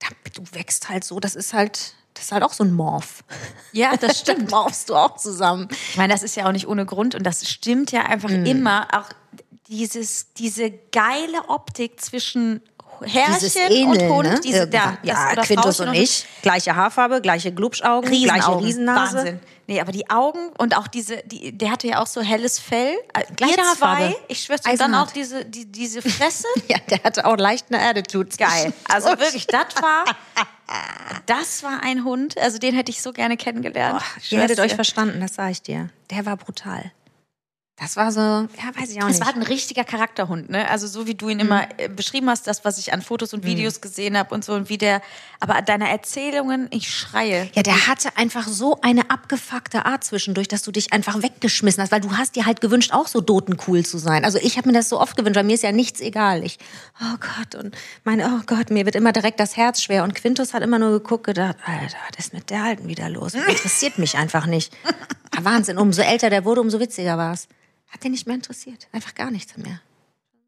[SPEAKER 1] da, du wächst halt so, das ist halt, das ist halt auch so ein Morph.
[SPEAKER 3] ja, das stimmt.
[SPEAKER 1] Dann morphst du auch zusammen.
[SPEAKER 3] Ich meine, das ist ja auch nicht ohne Grund und das stimmt ja einfach
[SPEAKER 1] Mhm.
[SPEAKER 3] immer. Auch dieses, diese geile Optik zwischen
[SPEAKER 1] Dieses
[SPEAKER 3] Herrchen
[SPEAKER 1] Ähneln,
[SPEAKER 3] und Hund.
[SPEAKER 1] ne?
[SPEAKER 3] Diese,
[SPEAKER 1] Irgendwann. ja,
[SPEAKER 3] oder
[SPEAKER 1] Quintus
[SPEAKER 3] Frauchen
[SPEAKER 1] und ich, gleiche Haarfarbe, gleiche Glubschaugen, gleiche
[SPEAKER 3] Riesenaugen.
[SPEAKER 1] Riesennase.
[SPEAKER 3] Wahnsinn. Nee, aber die Augen und auch diese, die, der hatte ja auch so helles Fell. Äh,
[SPEAKER 1] Gleiche
[SPEAKER 3] ihr
[SPEAKER 1] Haarfarbe.
[SPEAKER 3] zwei, ich schwör's dir, und dann
[SPEAKER 1] Eisenhart.
[SPEAKER 3] auch diese, die, diese Fresse.
[SPEAKER 1] Ja, der hatte auch leicht eine Attitude.
[SPEAKER 3] Geil. Also wirklich, das war, das war ein Hund. Also den hätte ich so gerne kennengelernt.
[SPEAKER 1] Ihr
[SPEAKER 3] Schwör's
[SPEAKER 1] hättet euch
[SPEAKER 3] dir.
[SPEAKER 1] verstanden, das sage ich dir. Der war brutal. Das war so, ja, weiß ich auch nicht.
[SPEAKER 3] Es
[SPEAKER 1] Mhm.
[SPEAKER 3] war halt ein richtiger Charakterhund, ne? Also so wie du ihn immer äh, beschrieben hast, das, was ich an Fotos und Videos gesehen habe und so und wie der, aber an deiner Erzählungen, ich schreie.
[SPEAKER 1] Ja, der hatte einfach so eine abgefuckte Art zwischendurch, dass du dich einfach weggeschmissen hast, weil du hast dir halt gewünscht, auch so dotencool zu sein. Also ich habe mir das so oft gewünscht, weil mir ist ja nichts egal. Ich, oh Gott, und mein, oh Gott, mir wird immer direkt das Herz schwer. Und Quintus hat immer nur geguckt, gedacht, Alter, das ist mit der Alten wieder los. Interessiert mich einfach nicht. Ah, Wahnsinn, umso älter der wurde, umso witziger war es. Hat den nicht mehr interessiert. Einfach gar nichts mehr.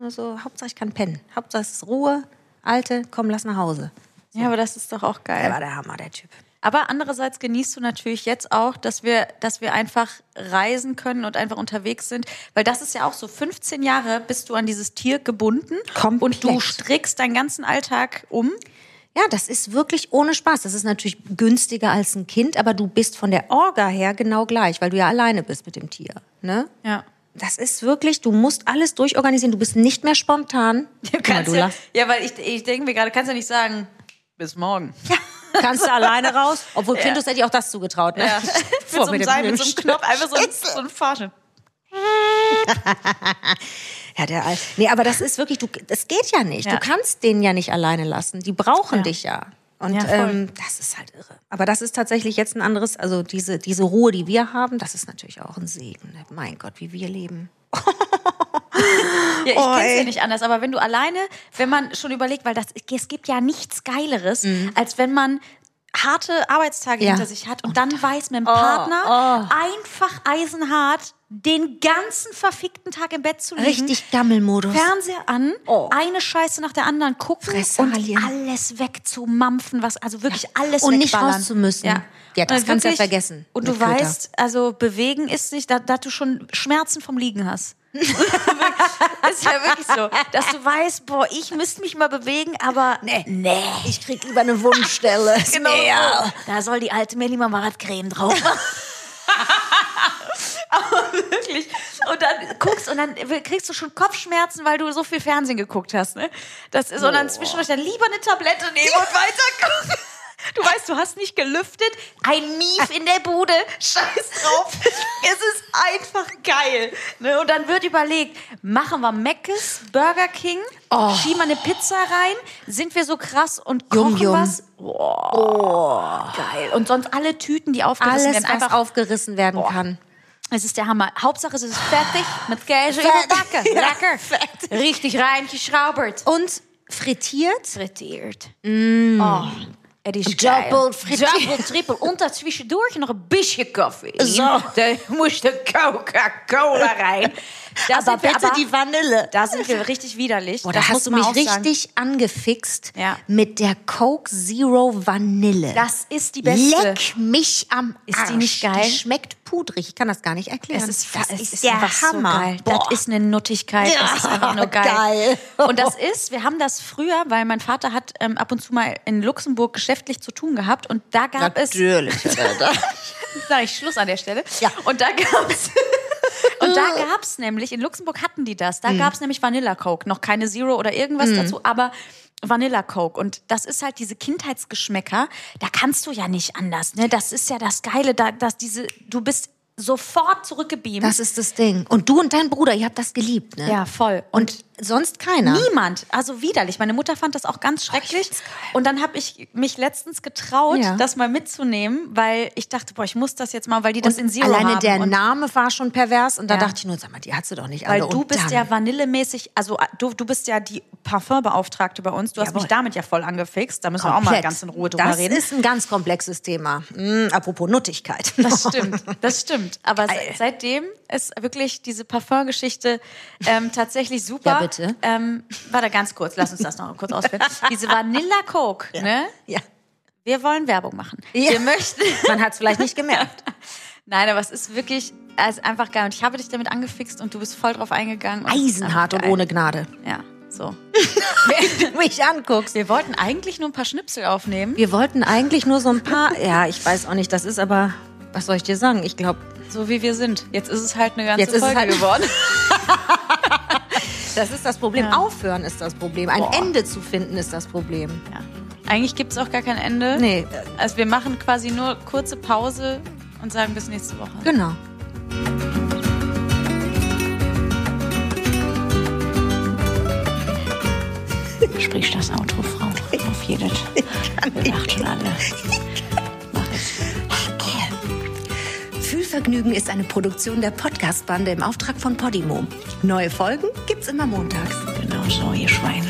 [SPEAKER 1] Nur so, Hauptsache ich kann pennen. Hauptsache es ist Ruhe. Alte, komm, lass nach Hause.
[SPEAKER 3] Ja, aber das ist doch auch
[SPEAKER 1] Der
[SPEAKER 3] geil.
[SPEAKER 1] war der Hammer, der Typ.
[SPEAKER 3] Aber andererseits genießt du natürlich jetzt auch, dass wir, dass wir einfach reisen können und einfach unterwegs sind, weil das ist ja auch so 15 Jahre bist du an dieses Tier gebunden und du
[SPEAKER 1] Komplett.
[SPEAKER 3] strickst deinen ganzen Alltag um.
[SPEAKER 1] Ja, das ist wirklich ohne Spaß. Das ist natürlich günstiger als ein Kind, aber du bist von der Orga her genau gleich, weil du ja alleine bist mit dem Tier. Ne?
[SPEAKER 3] Ja.
[SPEAKER 1] Das ist wirklich, du musst alles durchorganisieren. Du bist nicht mehr spontan.
[SPEAKER 3] Du
[SPEAKER 1] Guck mal,
[SPEAKER 3] kannst
[SPEAKER 1] du
[SPEAKER 3] ja,
[SPEAKER 1] lachst.
[SPEAKER 3] ja, weil ich, ich denke mir gerade, kannst ja nicht sagen, bis morgen.
[SPEAKER 1] Kannst du alleine raus? Obwohl Quintus hätte ich auch das zugetraut. Ne?
[SPEAKER 3] Ja. mit so
[SPEAKER 1] Vor
[SPEAKER 3] einem
[SPEAKER 1] dem
[SPEAKER 3] Seil, mit so einem
[SPEAKER 1] Blümchen.
[SPEAKER 3] Knopf, einfach so, ein- so ein Faden.
[SPEAKER 1] Ja, der Al Nee, aber das ist wirklich, du, das geht ja nicht.
[SPEAKER 3] Ja.
[SPEAKER 1] Du kannst den ja nicht alleine lassen. Die brauchen dich ja. Und
[SPEAKER 3] Ja, voll.
[SPEAKER 1] ähm, das ist halt irre. Aber das ist tatsächlich jetzt ein anderes, also diese, diese Ruhe, die wir haben, das ist natürlich auch ein Segen. ne? Mein Gott, wie wir leben.
[SPEAKER 3] Ja, ich
[SPEAKER 1] Oh,
[SPEAKER 3] kenn's ja
[SPEAKER 1] ey.
[SPEAKER 3] nicht anders, aber wenn du alleine, wenn man schon überlegt, weil das, es gibt ja nichts Geileres, als wenn man harte Arbeitstage
[SPEAKER 1] Ja.
[SPEAKER 3] hinter sich hat und, dann weiß mit dem Partner einfach eisenhart den ganzen verfickten Tag im Bett zu liegen.
[SPEAKER 1] Richtig Gammelmodus.
[SPEAKER 3] Fernseher an,
[SPEAKER 1] Oh.
[SPEAKER 3] eine Scheiße nach der anderen gucken
[SPEAKER 1] Fresse
[SPEAKER 3] und
[SPEAKER 1] hallieren.
[SPEAKER 3] alles wegzumampfen, was also wirklich alles
[SPEAKER 1] Und nicht
[SPEAKER 3] wegballern.
[SPEAKER 1] raus zu müssen.
[SPEAKER 3] Ja,
[SPEAKER 1] Ja, das
[SPEAKER 3] Und
[SPEAKER 1] kannst du ja
[SPEAKER 3] wirklich-
[SPEAKER 1] vergessen
[SPEAKER 3] Und
[SPEAKER 1] mit
[SPEAKER 3] du
[SPEAKER 1] Köter.
[SPEAKER 3] weißt, also bewegen ist nicht, da, da du schon Schmerzen vom Liegen hast. ist ja wirklich so, dass du weißt, boah, ich müsste mich mal bewegen, aber nee, nee.
[SPEAKER 1] Ich krieg lieber eine Wundstelle.
[SPEAKER 3] Genau so. Da soll die alte mir lieber mal was Creme drauf machen. Aber wirklich. Und dann guckst und dann kriegst du schon Kopfschmerzen, weil du so viel Fernsehen geguckt hast. Ne? Das ist, und dann zwischendurch dann lieber eine Tablette nehmen und weiter gucken. Du weißt, du hast nicht gelüftet. Ein Mief in der Bude. Scheiß drauf. es ist einfach geil. Ne? Und dann wird überlegt, machen wir Mc's, Burger King, schieben wir eine Pizza rein? Sind wir so krass und kochen
[SPEAKER 1] Oh. Yum, yum. Oh.
[SPEAKER 3] was? Boah, geil. Und sonst alle Tüten, die aufgerissen
[SPEAKER 1] Alles,
[SPEAKER 3] werden.
[SPEAKER 1] was
[SPEAKER 3] Einfach
[SPEAKER 1] aufgerissen werden kann.
[SPEAKER 3] es ist der Hammer. Hauptsache, es ist fertig mit Käse überbacken. Lecker. Richtig reingeschraubert.
[SPEAKER 1] Und frittiert.
[SPEAKER 3] Frittiert. Oh, es ist geil.
[SPEAKER 1] Double frittiert.
[SPEAKER 3] Double, triple. Und dazwischendurch noch ein bisschen Kaffee.
[SPEAKER 1] So.
[SPEAKER 3] Da musst du Coca-Cola rein. Da sind wir aber-
[SPEAKER 1] Vanille.
[SPEAKER 3] Da sind wir richtig widerlich.
[SPEAKER 1] Boah, da
[SPEAKER 3] Das muss
[SPEAKER 1] hast du
[SPEAKER 3] man
[SPEAKER 1] mich
[SPEAKER 3] auch sagen.
[SPEAKER 1] richtig angefixt
[SPEAKER 3] Ja.
[SPEAKER 1] mit der Coke Zero Vanille.
[SPEAKER 3] Das ist die beste.
[SPEAKER 1] Leck mich am Arsch.
[SPEAKER 3] Ist die nicht geil?
[SPEAKER 1] Die schmeckt pudrig. Ich kann das gar nicht erklären.
[SPEAKER 3] Es ist,
[SPEAKER 1] das
[SPEAKER 3] es
[SPEAKER 1] ist,
[SPEAKER 3] ist
[SPEAKER 1] der
[SPEAKER 3] einfach
[SPEAKER 1] Hammer.
[SPEAKER 3] So geil.
[SPEAKER 1] Boah.
[SPEAKER 3] Das ist eine Nuttigkeit.
[SPEAKER 1] Ja,
[SPEAKER 3] das ist einfach nur geil.
[SPEAKER 1] geil.
[SPEAKER 3] Und das ist, wir haben das früher, weil mein Vater hat ähm, ab und zu mal in Luxemburg geschäftlich zu tun gehabt und da gab es. Sag ich Schluss an der Stelle.
[SPEAKER 1] Ja.
[SPEAKER 3] Und da gab es. Und da gab es nämlich, in Luxemburg hatten die das,
[SPEAKER 1] Hm.
[SPEAKER 3] da gab's gab es nämlich Vanilla Coke, noch keine Zero oder irgendwas dazu, aber Vanilla Coke. Und das ist halt diese Kindheitsgeschmäcker, da kannst du ja nicht anders. Ne? Das ist ja das Geile, da, dass diese, du bist sofort zurückgebeamt.
[SPEAKER 1] Das ist das Ding. Und du und dein Bruder, ihr habt das geliebt, ne?
[SPEAKER 3] Ja, voll. Und
[SPEAKER 1] Und sonst keiner.
[SPEAKER 3] niemand, also widerlich. Meine Mutter fand das auch ganz schrecklich. und dann habe ich mich letztens getraut,
[SPEAKER 1] Ja.
[SPEAKER 3] das mal mitzunehmen, weil ich dachte, boah, ich muss das jetzt mal, weil die das in Zero
[SPEAKER 1] Alleine
[SPEAKER 3] haben.
[SPEAKER 1] der
[SPEAKER 3] und
[SPEAKER 1] Name war schon pervers und da
[SPEAKER 3] Ja.
[SPEAKER 1] dachte ich nur, sag mal, die hat sie doch nicht
[SPEAKER 3] weil
[SPEAKER 1] alle.
[SPEAKER 3] du
[SPEAKER 1] und
[SPEAKER 3] bist
[SPEAKER 1] dann,
[SPEAKER 3] ja vanillemäßig, also äh, du, du bist ja die Parfümbeauftragte bei uns. Du hast mich
[SPEAKER 1] Jawohl.
[SPEAKER 3] damit ja voll angefixt. Da müssen wir auch mal
[SPEAKER 1] komplett.
[SPEAKER 3] ganz in Ruhe drüber
[SPEAKER 1] das
[SPEAKER 3] reden.
[SPEAKER 1] ist ein ganz komplexes Thema. Mm, apropos Nuttigkeit.
[SPEAKER 3] Das stimmt, das stimmt. Aber se-
[SPEAKER 1] Geil.
[SPEAKER 3] seitdem ist wirklich diese Parfum-Geschichte ähm, tatsächlich super.
[SPEAKER 1] Ja, bitte.
[SPEAKER 3] Ähm, warte, ganz kurz, lass uns das noch kurz ausführen. Diese Vanilla Coke, ne?
[SPEAKER 1] ja.
[SPEAKER 3] Wir wollen Werbung machen.
[SPEAKER 1] Ja.
[SPEAKER 3] Wir möchten.
[SPEAKER 1] Man hat es vielleicht nicht gemerkt.
[SPEAKER 3] Nein, aber es ist wirklich es ist einfach geil. Und ich habe dich damit angefixt und du bist voll drauf eingegangen. Und es ist
[SPEAKER 1] Eisenhart
[SPEAKER 3] einfach
[SPEAKER 1] und ohne
[SPEAKER 3] geil.
[SPEAKER 1] Gnade.
[SPEAKER 3] Ja, so.
[SPEAKER 1] Wenn du mich anguckst.
[SPEAKER 3] Wir wollten eigentlich nur ein paar Schnipsel aufnehmen.
[SPEAKER 1] Wir wollten eigentlich nur so ein paar. Ja, ich weiß auch nicht, das ist aber. Was soll ich dir sagen? Ich glaube,
[SPEAKER 3] So wie wir sind. Jetzt ist es halt eine ganze
[SPEAKER 1] Jetzt ist es
[SPEAKER 3] Folge
[SPEAKER 1] halt-
[SPEAKER 3] geworden.
[SPEAKER 1] das ist das Problem. Aufhören ist das Problem. Ein Ende zu finden ist das Problem.
[SPEAKER 3] Ja. Eigentlich gibt es auch gar kein Ende.
[SPEAKER 1] Nee.
[SPEAKER 3] Also wir machen quasi nur kurze Pause und sagen bis nächste Woche.
[SPEAKER 1] Genau.
[SPEAKER 2] Judith. Wir lacht schon alle. Mach es.
[SPEAKER 1] Fühlvergnügen ist eine Produktion der Podcast-Bande im Auftrag von Podimo. Neue Folgen gibt's immer montags.
[SPEAKER 2] Genau so, ihr Schweine.